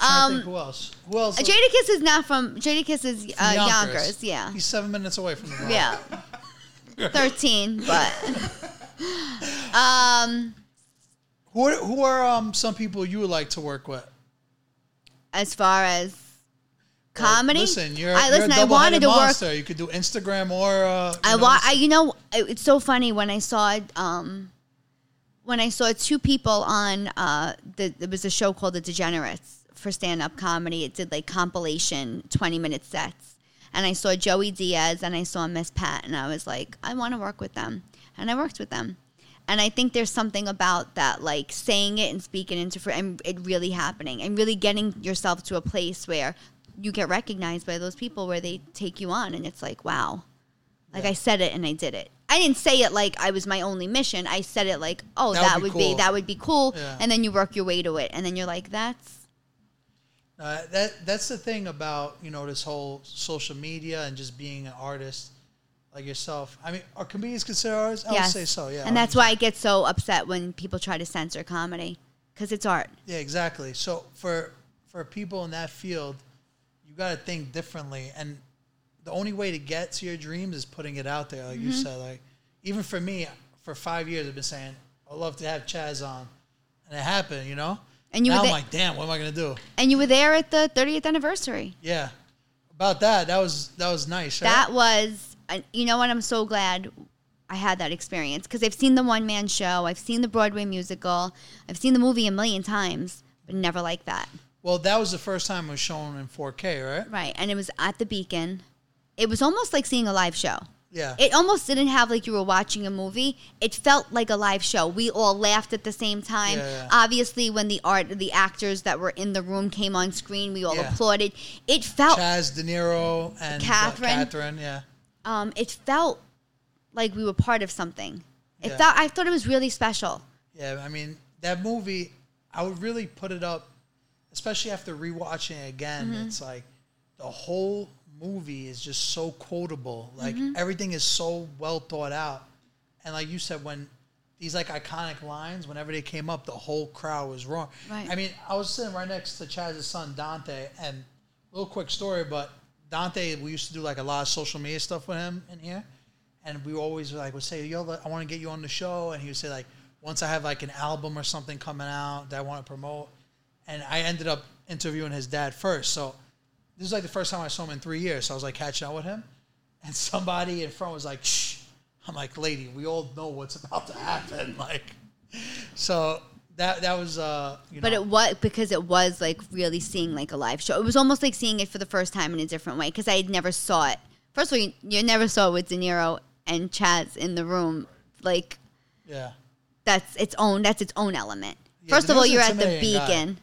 D: I think
A: Um,
D: who else? Who else?
A: Jadakiss is not from, Jadakiss is uh, Yonkers. yeah.
D: He's seven minutes away from the Bronx. [LAUGHS]
A: Yeah. 13, but. Um,
D: Who are, who are um, some people you would like to work with?
A: as far as comedy,
D: Listen, you're,
A: I,
D: you're
A: listen,
D: a
A: I wanted
D: double-headed
A: to work
D: monster. You could do Instagram or. Uh,
A: I
D: you know,
A: wa- I, you know, it- it's so funny when I saw um, when I saw two people on uh, the there was a show called The Degenerates for stand up comedy. It did like compilation twenty minute sets, and I saw Joey Diaz and I saw Miss Pat, and I was like, I want to work with them, and I worked with them. And I think there's something about that, like saying it and speaking into fr- and it really happening, and really getting yourself to a place where you get recognized by those people, where they take you on, and it's like, wow, like I said it and I did it. I didn't say it like I was my only mission. I said it like, oh,
D: That
A: that,
D: would
A: would,
D: be
A: be,
D: cool.
A: that would be cool.
D: Yeah.
A: And then you work your way to it, and then you're like, that's
D: Uh, that that's the thing about you know this whole social media and just being an artist like yourself. I mean, are comedians considered artists? I
A: yes.
D: would say so. Yeah,
A: and that's why I get so upset when people try to censor comedy because it's art.
D: yeah, exactly. So for for people in that field, you got to think differently, and the only way to get to your dreams is putting it out there. Like
A: Mm-hmm.
D: you said, like even for me, for five years I've been saying I'd love to have Chaz on, and it happened. You know,
A: And you
D: now
A: were
D: I'm
A: the-
D: like, damn, what am I gonna do?
A: And you were there at the 30th anniversary.
D: Yeah, about that. That was that was nice. right?
A: That was, and you know what? I'm so glad I had that experience because I've seen the one man show, I've seen the Broadway musical, I've seen the movie a million times, but never like that.
D: Well, that was the first time it was shown in 4K, right?
A: Right, and it was at the Beacon. It was almost like seeing a live show.
D: Yeah.
A: It almost didn't have like you were watching a movie. It felt like a live show. We all laughed at the same time.
D: Yeah, yeah.
A: Obviously, when the art, the actors that were in the room came on screen, we all
D: Yeah.
A: applauded. It felt,
D: Chaz De Niro and uh,
A: Catherine.
D: Catherine, yeah.
A: um, it felt like we were part of something. It
D: Yeah.
A: felt, I thought it was really special.
D: Yeah, I mean, that movie, I would really put it up, especially after rewatching it again. It's like the whole movie is just so quotable. Like everything is so well thought out. And like you said, when these like iconic lines, whenever they came up, the whole crowd was wrong.
A: Right.
D: I mean, I was sitting right next to Chaz's son Dante, and a little quick story, but Dante, we used to do like a lot of social media stuff with him in here, and we always like would say, "Yo, I want to get you on the show," and he would say like, "Once I have like an album or something coming out that I want to promote," and I ended up interviewing his dad first, so this is like the first time I saw him in three years. So I was like catching up with him, and somebody in front was like, "Shh." I'm like, "Lady, we all know what's about to happen." [LAUGHS] Like, so that that was uh, you
A: But
D: know,
A: it was because it was like really seeing like a live show. It was almost like seeing it for the first time in a different way because I had never saw it. First of all, you, you never saw it with De Niro and Chaz in the room. Like
D: yeah.
A: that's its own. That's its own element.
D: Yeah,
A: First
D: De
A: of all,
D: Niro's
A: you're
D: an
A: at the
D: intimidating guy.
A: Beacon.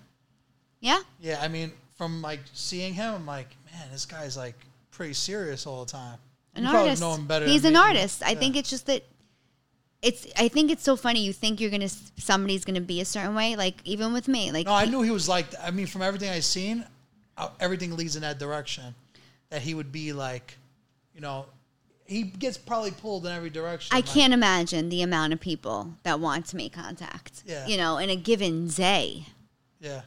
A: Yeah.
D: Yeah, I mean, from like seeing him, I'm like, man, this guy's like pretty serious all the time.
A: An
D: you
A: artist.
D: probably know him better.
A: He's
D: than
A: an
D: me.
A: artist. I think it's just that it's I think it's so funny you think you're going to somebody's going to be a certain way like even with me like
D: No, I knew he was like. I mean, from everything I seen, uh, everything leads in that direction. That he would be like, you know, he gets probably pulled in every direction.
A: I
D: like,
A: can't imagine the amount of people that want to make contact.
D: Yeah.
A: You know, in a given day.
D: Yeah.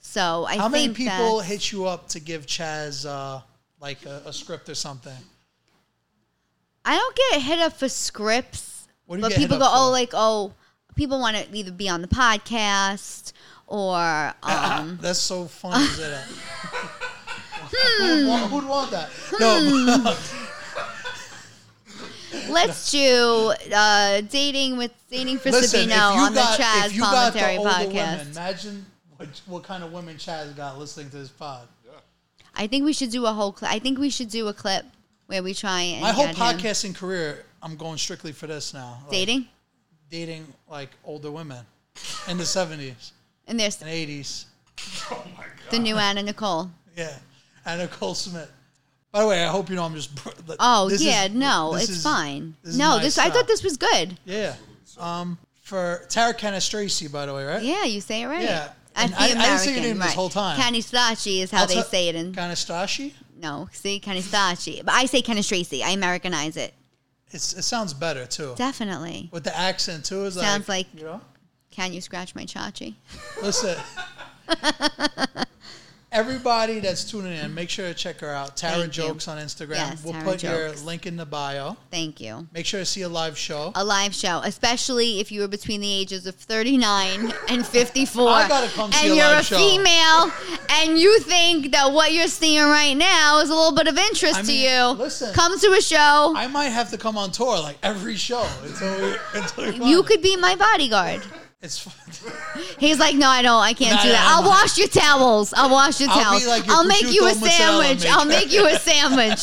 A: So I
D: How many
A: think
D: people
A: that's-
D: hit you up to give Chaz uh, like a, a script or something?
A: I don't get hit up for scripts.
D: What do you
A: but
D: get hit
A: people
D: up
A: go, oh,
D: for?
A: like, oh, people want to either be on the podcast or um,
D: That's so funny, is it? Who'd
A: Hmm.
D: want- Who'd want that? No,
A: let's do uh, dating with dating for Sabino
D: listen. if you
A: on
D: got,
A: the Chaz
D: if you
A: Commentary
D: got the older
A: podcast.
D: women, imagine what, what kind of women Chaz got listening to this pod.
A: I think we should do a whole. Cl- I think we should do a clip where we try and
D: My whole
A: get him
D: podcasting career, I'm going strictly for this now. Like,
A: dating.
D: dating like older women in the 70s
A: And there's
D: and 80s.
A: the new Anna Nicole.
D: Yeah, and Nicole Smith. By the way, I hope you know I'm just.
A: Oh
D: this is-
A: yeah, no,
D: this
A: it's
D: is-
A: fine.
D: is
A: no,
D: my
A: this I
D: style.
A: thought this was good.
D: Yeah. Um, for Tara Canastracey, by the way, right?
A: Yeah, you say it right.
D: Yeah.
A: At
D: And
A: the
D: I- I
A: American,
D: didn't say your name this
A: right.
D: whole time.
A: Canistraci is how
D: I'll
A: they
D: tell-
A: say it in
D: Canastracey.
A: no, see Canistraci, but I say Canistraci. I Americanize it
D: It's, it sounds better too.
A: definitely.
D: With the accent too, is
A: Sounds
D: like,
A: like
D: you know.
A: can you scratch my chachi? [LAUGHS]
D: Listen. Everybody that's tuning in, make sure to check her out. Tara
A: Thank you.
D: Jokes on Instagram.
A: Yes,
D: we'll
A: Tara
D: put your
A: Jokes.
D: link in the bio.
A: Thank you.
D: Make sure to see a live show.
A: A live show, especially if you were between the ages of 39 and
D: [LAUGHS]
A: 54.
D: I gotta come see
A: and
D: a
A: you're
D: live
A: a
D: show.
A: female and you think that what you're seeing right now is a little bit of interest
D: I
A: to
D: mean,
A: you.
D: listen.
A: come to a show.
D: I might have to come on tour like every show until we, until we
A: you
D: find it.
A: could be my bodyguard.
D: It's fun. [LAUGHS]
A: He's like, no, I don't. I can't
D: No,
A: do
D: no,
A: that.
D: no,
A: I'll
D: no.
A: wash your towels. I'll wash your
D: I'll be
A: towels.
D: like your
A: I'll make you a
D: prosciutto mozzarella [LAUGHS]
A: sandwich. I'll
D: maker.
A: make you a sandwich.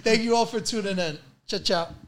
D: Thank you all for tuning in. Ciao ciao.